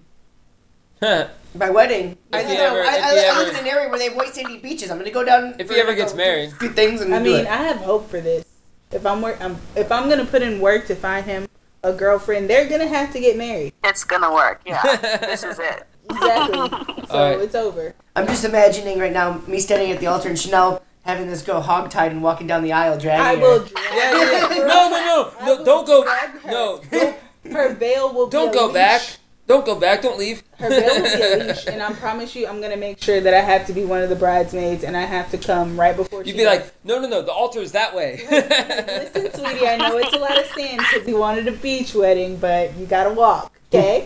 Speaker 1: Huh.
Speaker 2: My wedding. I,
Speaker 1: If
Speaker 2: live
Speaker 1: he
Speaker 2: in a-
Speaker 1: ever-
Speaker 2: I-
Speaker 1: if
Speaker 2: I
Speaker 1: he
Speaker 2: li- I
Speaker 1: ever-
Speaker 2: live in an area where they have white sandy beaches. I'm gonna go down.
Speaker 1: If
Speaker 2: for-
Speaker 1: he ever gets married.
Speaker 2: good things and
Speaker 4: I
Speaker 2: do
Speaker 4: mean,
Speaker 2: it.
Speaker 4: I have hope for this. If I'm work, I'm, if I'm going to put in work to find him a girlfriend, they're going to have to get married.
Speaker 3: It's gonna work. Yeah. this is it. Uh-huh.
Speaker 4: Exactly. so
Speaker 1: All right.
Speaker 4: it's over.
Speaker 2: I'm just imagining right now me standing at the altar and Chanel having this girl hogtied and walking down the aisle dragging
Speaker 4: I
Speaker 2: her.
Speaker 4: will drag
Speaker 1: Yeah, yeah, yeah. No, no, no, no. Don't go. No, don't,
Speaker 4: her veil will
Speaker 1: don't
Speaker 4: be a
Speaker 1: go
Speaker 4: leash.
Speaker 1: back. Don't go back. Don't leave.
Speaker 4: Her veil will be a leash, and I promise you, I'm gonna make sure that I have to be one of the bridesmaids, and I have to come right before she
Speaker 1: You'd be
Speaker 4: does.
Speaker 1: like, no, no, no. The altar is that way.
Speaker 4: Listen, sweetie, I know it's a lot of sand because he wanted a beach wedding, but you gotta walk, okay?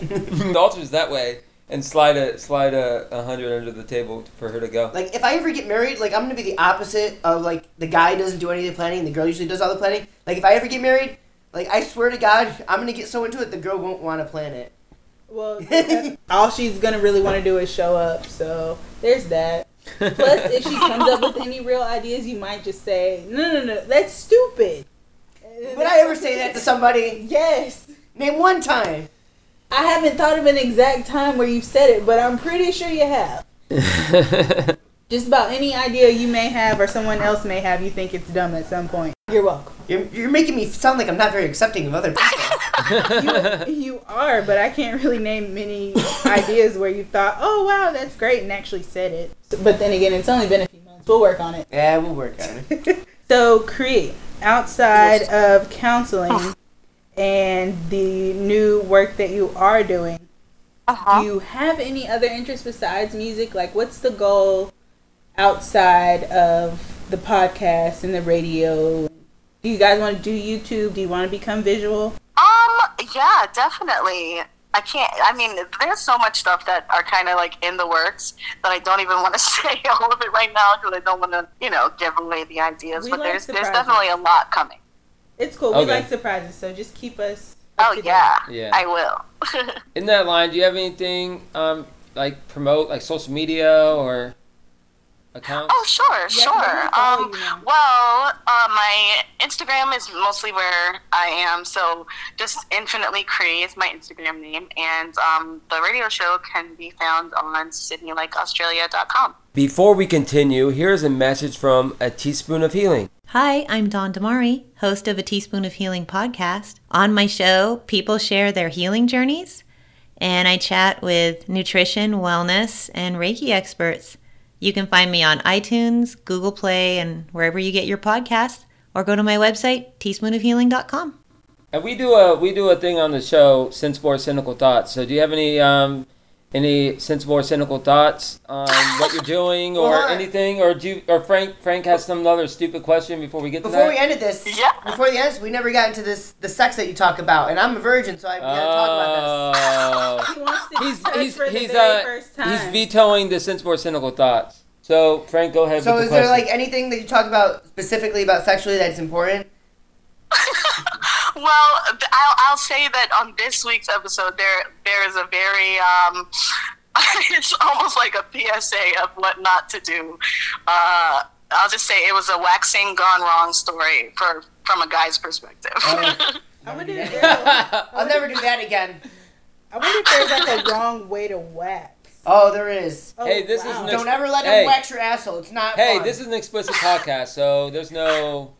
Speaker 1: the altar's that way, and slide a slide a, a hundred under the table for her to go.
Speaker 2: Like if I ever get married, like I'm gonna be the opposite of like the guy doesn't do any of the planning, and the girl usually does all the planning. Like if I ever get married, like I swear to God, I'm gonna get so into it the girl won't want to plan it.
Speaker 4: Well, that's- all she's gonna really want to do is show up, so there's that. Plus, if she comes up with any real ideas, you might just say, "No, no, no, that's stupid."
Speaker 2: Would I ever say that to somebody?
Speaker 4: Yes,
Speaker 2: Name one time.
Speaker 4: I haven't thought of an exact time where you've said it, but I'm pretty sure you have. Just about any idea you may have or someone else may have, you think it's dumb at some point. You're welcome.
Speaker 2: You're, you're making me sound like I'm not very accepting of other people.
Speaker 4: you, you are, but I can't really name many ideas where you thought, oh, wow, that's great, and actually said it. But then again, it's only been a few months. We'll work on it.
Speaker 2: yeah, we'll work on it.
Speaker 4: So, Cree, outside of counseling and the new work that you are doing, do you have any other interests besides music? Like, what's the goal outside of the podcast and the radio? Do you guys want to do YouTube? Do you want to become visual?
Speaker 3: Um, yeah, definitely. I can't. I mean, there's so much stuff that are kind of like in the works that I don't even want to say all of it right now because I don't want to, you know, give away the ideas.
Speaker 4: We
Speaker 3: but
Speaker 4: like
Speaker 3: there's
Speaker 4: surprises.
Speaker 3: there's definitely a lot coming.
Speaker 4: It's cool. We
Speaker 1: Okay.
Speaker 4: like surprises, so just keep us. up
Speaker 3: Oh
Speaker 4: to date.
Speaker 3: yeah,
Speaker 1: Yeah.
Speaker 3: I will.
Speaker 1: In that line, do you have anything um like promote like social media or accounts?
Speaker 3: oh sure,
Speaker 4: Yeah,
Speaker 3: sure.
Speaker 4: I wanna follow
Speaker 3: Um,
Speaker 4: you now.
Speaker 3: well, uh, my Instagram is mostly where I am, so just infinitely Cree is my Instagram name, and um, the radio show can be found on SydneyLikeAustralia.com.
Speaker 1: Before we continue, here's a message from a teaspoon of healing.
Speaker 5: Hi, I'm Dawn Damari, host of a Teaspoon of Healing podcast. On my show, people share their healing journeys, and I chat with nutrition, wellness, and Reiki experts. You can find me on iTunes, Google Play, and wherever you get your podcasts, or go to my website, teaspoonofhealing.com.
Speaker 1: And we do a we do a thing on the show, sensible or cynical thoughts. So do you have any um any sensible or cynical thoughts on what you're doing or
Speaker 2: Well, hi.
Speaker 1: anything? Or do you, or Frank Frank has some other stupid question before we get to
Speaker 2: Before
Speaker 1: that?
Speaker 2: we ended this,
Speaker 3: Yeah.
Speaker 2: before the end, we never got into this the sex that you talk about, and I'm a virgin, so I we gotta talk about
Speaker 1: oh.
Speaker 4: He wants to
Speaker 1: He's
Speaker 4: touch
Speaker 1: he's
Speaker 4: for the
Speaker 1: he's
Speaker 4: very
Speaker 1: uh
Speaker 4: first time.
Speaker 1: he's vetoing the sensible or cynical thoughts. So Frank, go ahead
Speaker 2: this. So,
Speaker 1: with
Speaker 2: is
Speaker 1: the question.
Speaker 2: there like anything that you talk about specifically about sexually that's important?
Speaker 3: Well, th- I'll, I'll say that on this week's episode, there there is a very um, it's almost like a PSA of what not to do. Uh, I'll just say it was a waxing gone wrong story for from a guy's perspective.
Speaker 4: I wonder, if there's a,
Speaker 3: Oh,
Speaker 2: I'll never do that again.
Speaker 4: I wonder if there's like a wrong way to wax.
Speaker 2: Oh, there is.
Speaker 4: Oh,
Speaker 1: Hey, this is
Speaker 4: wow.
Speaker 1: no-
Speaker 2: Don't ever let him
Speaker 1: Hey.
Speaker 2: wax your asshole. It's not.
Speaker 1: Hey,
Speaker 2: fun.
Speaker 1: this is an explicit podcast, so there's no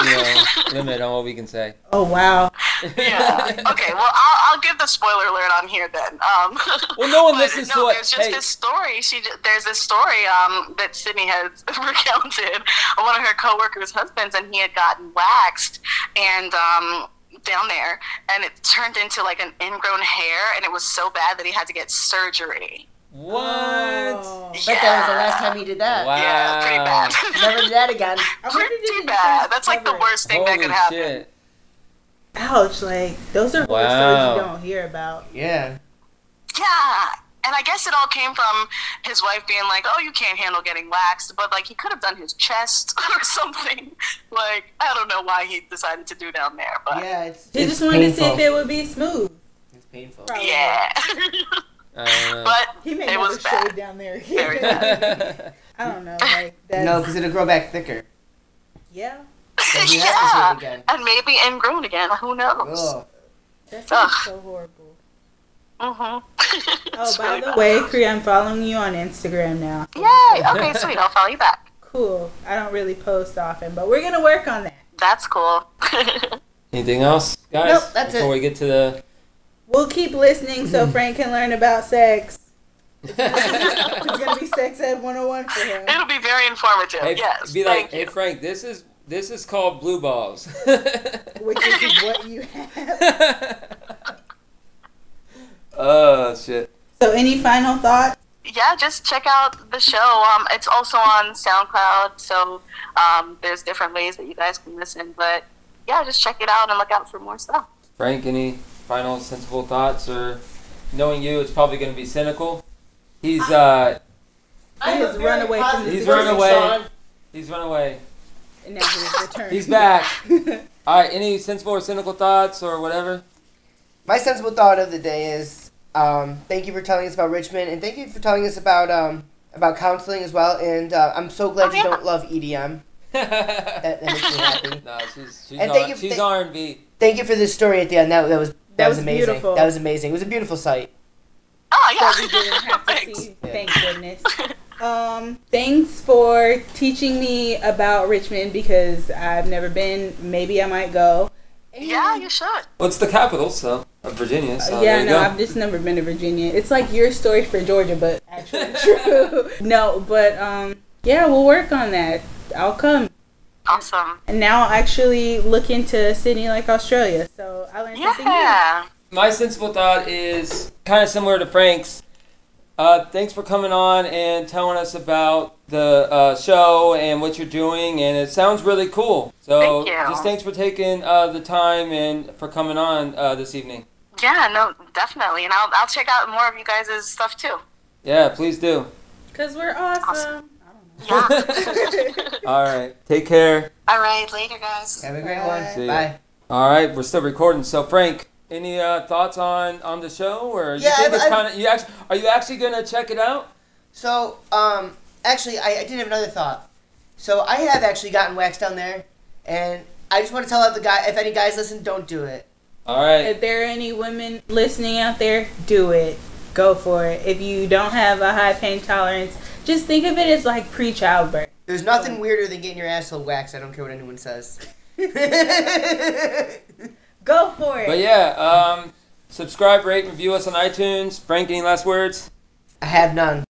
Speaker 1: you know limit on what we can say.
Speaker 4: Oh wow.
Speaker 3: yeah. Okay. Well, I'll, I'll give the spoiler alert on here then. Um,
Speaker 1: Well, no one
Speaker 3: but
Speaker 1: listens
Speaker 3: no,
Speaker 1: to what-
Speaker 3: There's just
Speaker 1: hey.
Speaker 3: this story. She j- there's this story um, that Sydney has recounted. of One of her coworkers' husbands, and he had gotten waxed, and. Um, down there and it turned into like an ingrown hair and it was so bad that he had to get surgery
Speaker 1: What?
Speaker 4: Oh.
Speaker 2: I bet that was the last time he did that.
Speaker 1: Wow.
Speaker 3: yeah pretty bad
Speaker 2: Never do that again.
Speaker 4: I wonder did
Speaker 3: pretty
Speaker 4: the
Speaker 3: bad
Speaker 4: insurance
Speaker 3: that's like the
Speaker 4: cover it?
Speaker 3: worst thing that
Speaker 1: Holy
Speaker 3: could happen
Speaker 1: shit.
Speaker 4: Ouch! Like those are horror
Speaker 1: Wow.
Speaker 4: stories you don't hear about.
Speaker 2: Yeah.
Speaker 3: Yeah. And I guess it all came from his wife being like, oh, you can't handle getting waxed. But, like, he could have done his chest or something. Like, I don't know why he decided to do down there. But, yeah.
Speaker 2: Yeah, it's.
Speaker 4: They
Speaker 2: it's
Speaker 4: just wanted to see if it would be smooth.
Speaker 2: It's painful.
Speaker 4: Probably.
Speaker 1: I
Speaker 2: Uh,
Speaker 1: don't know.
Speaker 3: but
Speaker 4: He may
Speaker 3: it
Speaker 4: never
Speaker 3: was
Speaker 4: shave
Speaker 3: bad.
Speaker 4: down there.
Speaker 3: Very bad.
Speaker 4: I don't know. Like that's,
Speaker 2: No, because it'll grow back thicker.
Speaker 4: Yeah,
Speaker 2: So he has to shave
Speaker 3: yeah.
Speaker 2: again.
Speaker 3: And maybe ingrown again. Who knows?
Speaker 2: Ugh.
Speaker 4: that's
Speaker 3: Ugh.
Speaker 4: so horrible.
Speaker 3: Mm-hmm.
Speaker 4: Oh, by the way, Kree, I'm following you on Instagram now.
Speaker 3: Yay. Okay, sweet. I'll follow you back.
Speaker 4: Cool. I don't really post often, but we're gonna work on that.
Speaker 3: That's cool.
Speaker 1: Anything else, guys?
Speaker 2: Nope, that's
Speaker 1: Before
Speaker 2: it.
Speaker 1: we get to the.
Speaker 4: We'll keep listening so
Speaker 1: Mm-hmm.
Speaker 4: Frank can learn about sex. It's gonna be sex ed 101 for him.
Speaker 3: It'll be very informative.
Speaker 1: Hey,
Speaker 3: yes.
Speaker 1: be like,
Speaker 3: thank
Speaker 1: hey
Speaker 3: you.
Speaker 1: Frank, this is this is called blue balls.
Speaker 4: which is what you have.
Speaker 1: oh shit!
Speaker 4: So, any final thoughts?
Speaker 3: yeah, just check out the show. Um, it's also on SoundCloud, so um, there's different ways that you guys can listen. But yeah, just check it out and look out for more stuff.
Speaker 1: Frank, any final sensible thoughts or knowing you, it's probably going to be cynical. He's uh
Speaker 4: I'm a very positive
Speaker 1: He's run away. person, he's run away.
Speaker 4: And now he's returned.
Speaker 1: He's back. All right, any sensible or cynical thoughts or whatever?
Speaker 2: My sensible thought of the day is um, thank you for telling us about Richmond, and thank you for telling us about um, about counseling as well. And uh, I'm so glad
Speaker 3: Oh,
Speaker 2: you
Speaker 3: yeah.
Speaker 2: don't love EDM.
Speaker 1: no,
Speaker 2: That, that makes me happy.
Speaker 1: she's she's,
Speaker 2: And thank
Speaker 1: R-
Speaker 2: you-
Speaker 1: she's
Speaker 2: thank-
Speaker 1: R&B.
Speaker 2: Thank you for this story at the end. That, that was that,
Speaker 4: That
Speaker 2: was,
Speaker 4: was
Speaker 2: amazing.
Speaker 4: beautiful.
Speaker 2: That was amazing. It was a beautiful sight.
Speaker 3: Oh
Speaker 4: That we
Speaker 3: yeah,
Speaker 4: didn't have to
Speaker 3: thanks.
Speaker 4: see. Thank goodness. Um, thanks for teaching me about Richmond because I've never been. Maybe I might go.
Speaker 3: Yeah, you should.
Speaker 1: Well, it's the capital, so of Virginia. So there
Speaker 4: yeah,
Speaker 1: you
Speaker 4: no,
Speaker 1: go.
Speaker 4: I've just never been to Virginia. It's like your story for Georgia, but actually true. No, but um, yeah, we'll work on that. I'll come.
Speaker 3: Awesome.
Speaker 4: And now I'll actually look into Sydney, like Australia. So I learned something new.
Speaker 3: Yeah.
Speaker 1: my sensible thought is kind of similar to Frank's. Uh, thanks for coming on and telling us about the uh, show and what you're doing, and it sounds really cool. So,
Speaker 3: Thank you.
Speaker 1: just thanks for taking uh, the time and for coming on uh, this evening.
Speaker 3: Yeah, no, definitely. And I'll, I'll check out more of you guys' stuff too.
Speaker 1: Yeah, please do.
Speaker 4: Cause we're awesome.
Speaker 3: Yeah.
Speaker 1: All right, take care.
Speaker 3: All right, later, guys.
Speaker 2: Have a great one.
Speaker 1: See ya.
Speaker 2: Bye.
Speaker 1: All right, we're still recording. So, Frank, any uh, thoughts on on the show, or you
Speaker 2: Yeah,
Speaker 1: think
Speaker 2: I've-
Speaker 1: it's
Speaker 2: I've-
Speaker 1: kind of you actually are you actually gonna check it out?
Speaker 2: So, um, actually, I, I did have another thought. So, I have actually gotten waxed down there, and I just want to tell out the guy if any guys listen, don't do it.
Speaker 1: All right,
Speaker 4: If there are any women listening out there, do it. Go for it. If you don't have a high pain tolerance, just think of it as like pre-childbirth.
Speaker 2: There's nothing weirder than getting your asshole waxed. I don't care what anyone says.
Speaker 4: Go for it.
Speaker 1: but yeah, um, subscribe, rate, review us on iTunes. Frank, any last words?
Speaker 2: I have none.